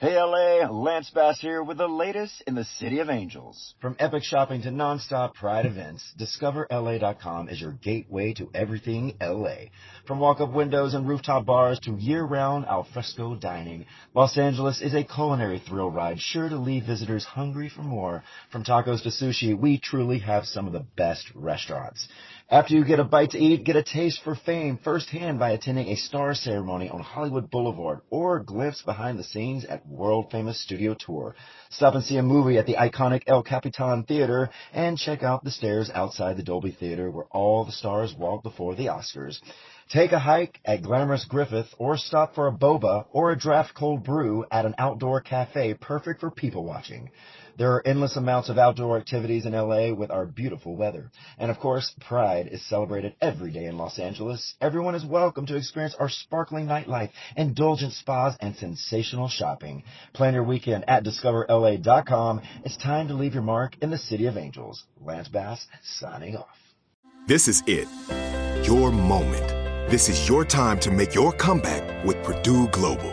Hey LA, Lance Bass here with the latest in the City of Angels. From epic shopping to nonstop pride events, discoverla.com is your gateway to everything LA. From walk-up windows and rooftop bars to year-round alfresco dining, Los Angeles is a culinary thrill ride sure to leave visitors hungry for more. From tacos to sushi, we truly have some of the best restaurants. After you get a bite to eat, get a taste for fame firsthand by attending a star ceremony on Hollywood Boulevard or a glimpse behind the scenes at world famous studio tour. Stop and see a movie at the iconic El Capitan Theater and check out the stairs outside the Dolby Theater where all the stars walk before the Oscars. Take a hike at Glamorous Griffith or stop for a boba or a draft cold brew at an outdoor cafe perfect for people watching. There are endless amounts of outdoor activities in LA with our beautiful weather. And of course, Pride is celebrated every day in Los Angeles. Everyone is welcome to experience our sparkling nightlife, indulgent spas, and sensational shopping. Plan your weekend at discoverla.com. It's time to leave your mark in the City of Angels. Lance Bass signing off.
This is it. Your moment. This is your time to make your comeback with Purdue Global.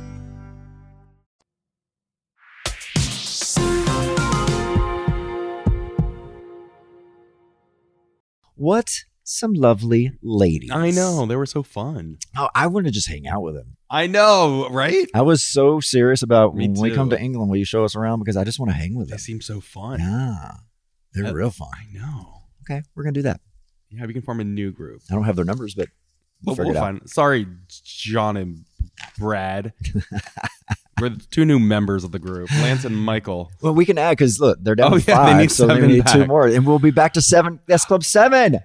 What some lovely ladies.
I know they were so fun.
Oh, I want to just hang out with them.
I know, right?
I was so serious about
Me
when we come
too.
to England, will you show us around? Because I just want to hang with them.
They seem so fun.
Yeah, they're
That-
real fun.
I know.
Okay, we're gonna do that.
Yeah, we can form a new group.
I don't have their numbers, but we'll
But
figure
we'll
it out.
find. Sorry, John and Brad. we're the two new members of the group, Lance and Michael.
Well, we can add because look, they're down
Oh,
to
yeah,
five,
they need
so they
seven
need two
back.
more, and we'll be back to seven. That's club seven.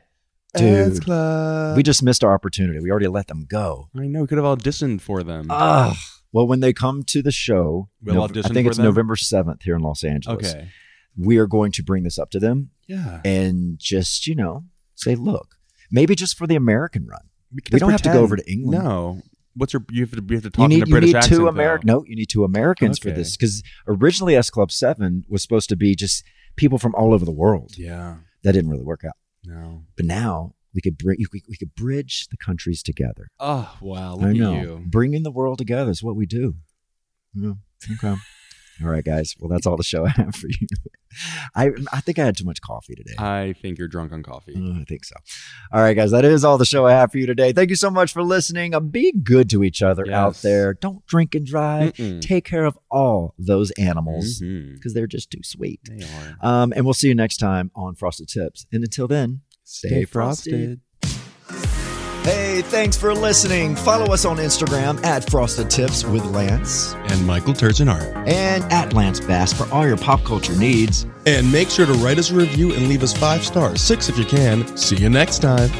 Dude,
club.
we just missed our opportunity. We already let them go.
I know. We could have auditioned for them.
Ugh. Um, Well, when they come to the show,
We'll
Nov- I
audition
think
for
it's
them?
November seventh here in Los Angeles.
Okay.
we are going to bring this up to them
Yeah.
and just you know say, look, maybe just for the American run. we
just
don't have to go
pretend.
over to England.
No. What's your? You have to, you have to talk
You
in a
need, you
British
need
accent.
two
though.
American. No, you need two Americans for
Okay.
this because originally S Club Seven was supposed to be just people from all over the world.
Yeah.
That didn't really work out.
No.
But now we could bring we, we could bridge the countries together.
Oh wow! Look
I know,
at you.
bringing the world together is what we do. Yeah. Okay. all right, guys. Well, that's all the show I have for you. I I think I had too much coffee today.
I think you're drunk on coffee.
Oh, I think so. All right, guys, that is all the show I have for you today. Thank you so much for listening. Uh, Be good to each other out
Yes.
there. Don't drink and drive.
Mm-mm.
Take care of all those animals because
Mhm.
they're just too sweet.
They are.
Um, and we'll see you next time on Frosted Tips. And until then, stay, frosted. Hey, thanks for listening. Follow us on Instagram at Frosted Tips with Lance
And Michael Turgenhart.
and at Lance Bass for all your pop culture needs.
And make sure to write us a review and leave us five stars, six if you can. See you next time.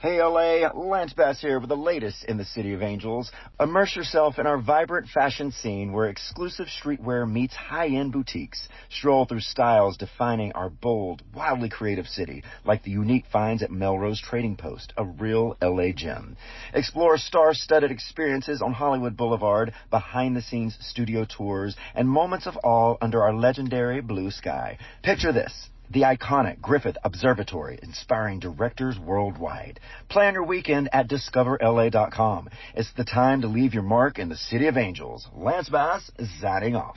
Hey LA, Lance Bass here with the latest in the City of Angels. Immerse yourself in our vibrant fashion scene where exclusive streetwear meets high-end boutiques. Stroll through styles defining our bold, wildly creative city, like the unique finds at Melrose Trading Post, a real LA gem. Explore star-studded experiences on Hollywood Boulevard, behind-the-scenes studio tours, and moments of awe under our legendary blue sky. Picture this. The iconic Griffith Observatory, inspiring directors worldwide. Plan your weekend at discoverla.com. It's the time to leave your mark in the City of Angels. Lance Bass is signing off.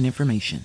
information.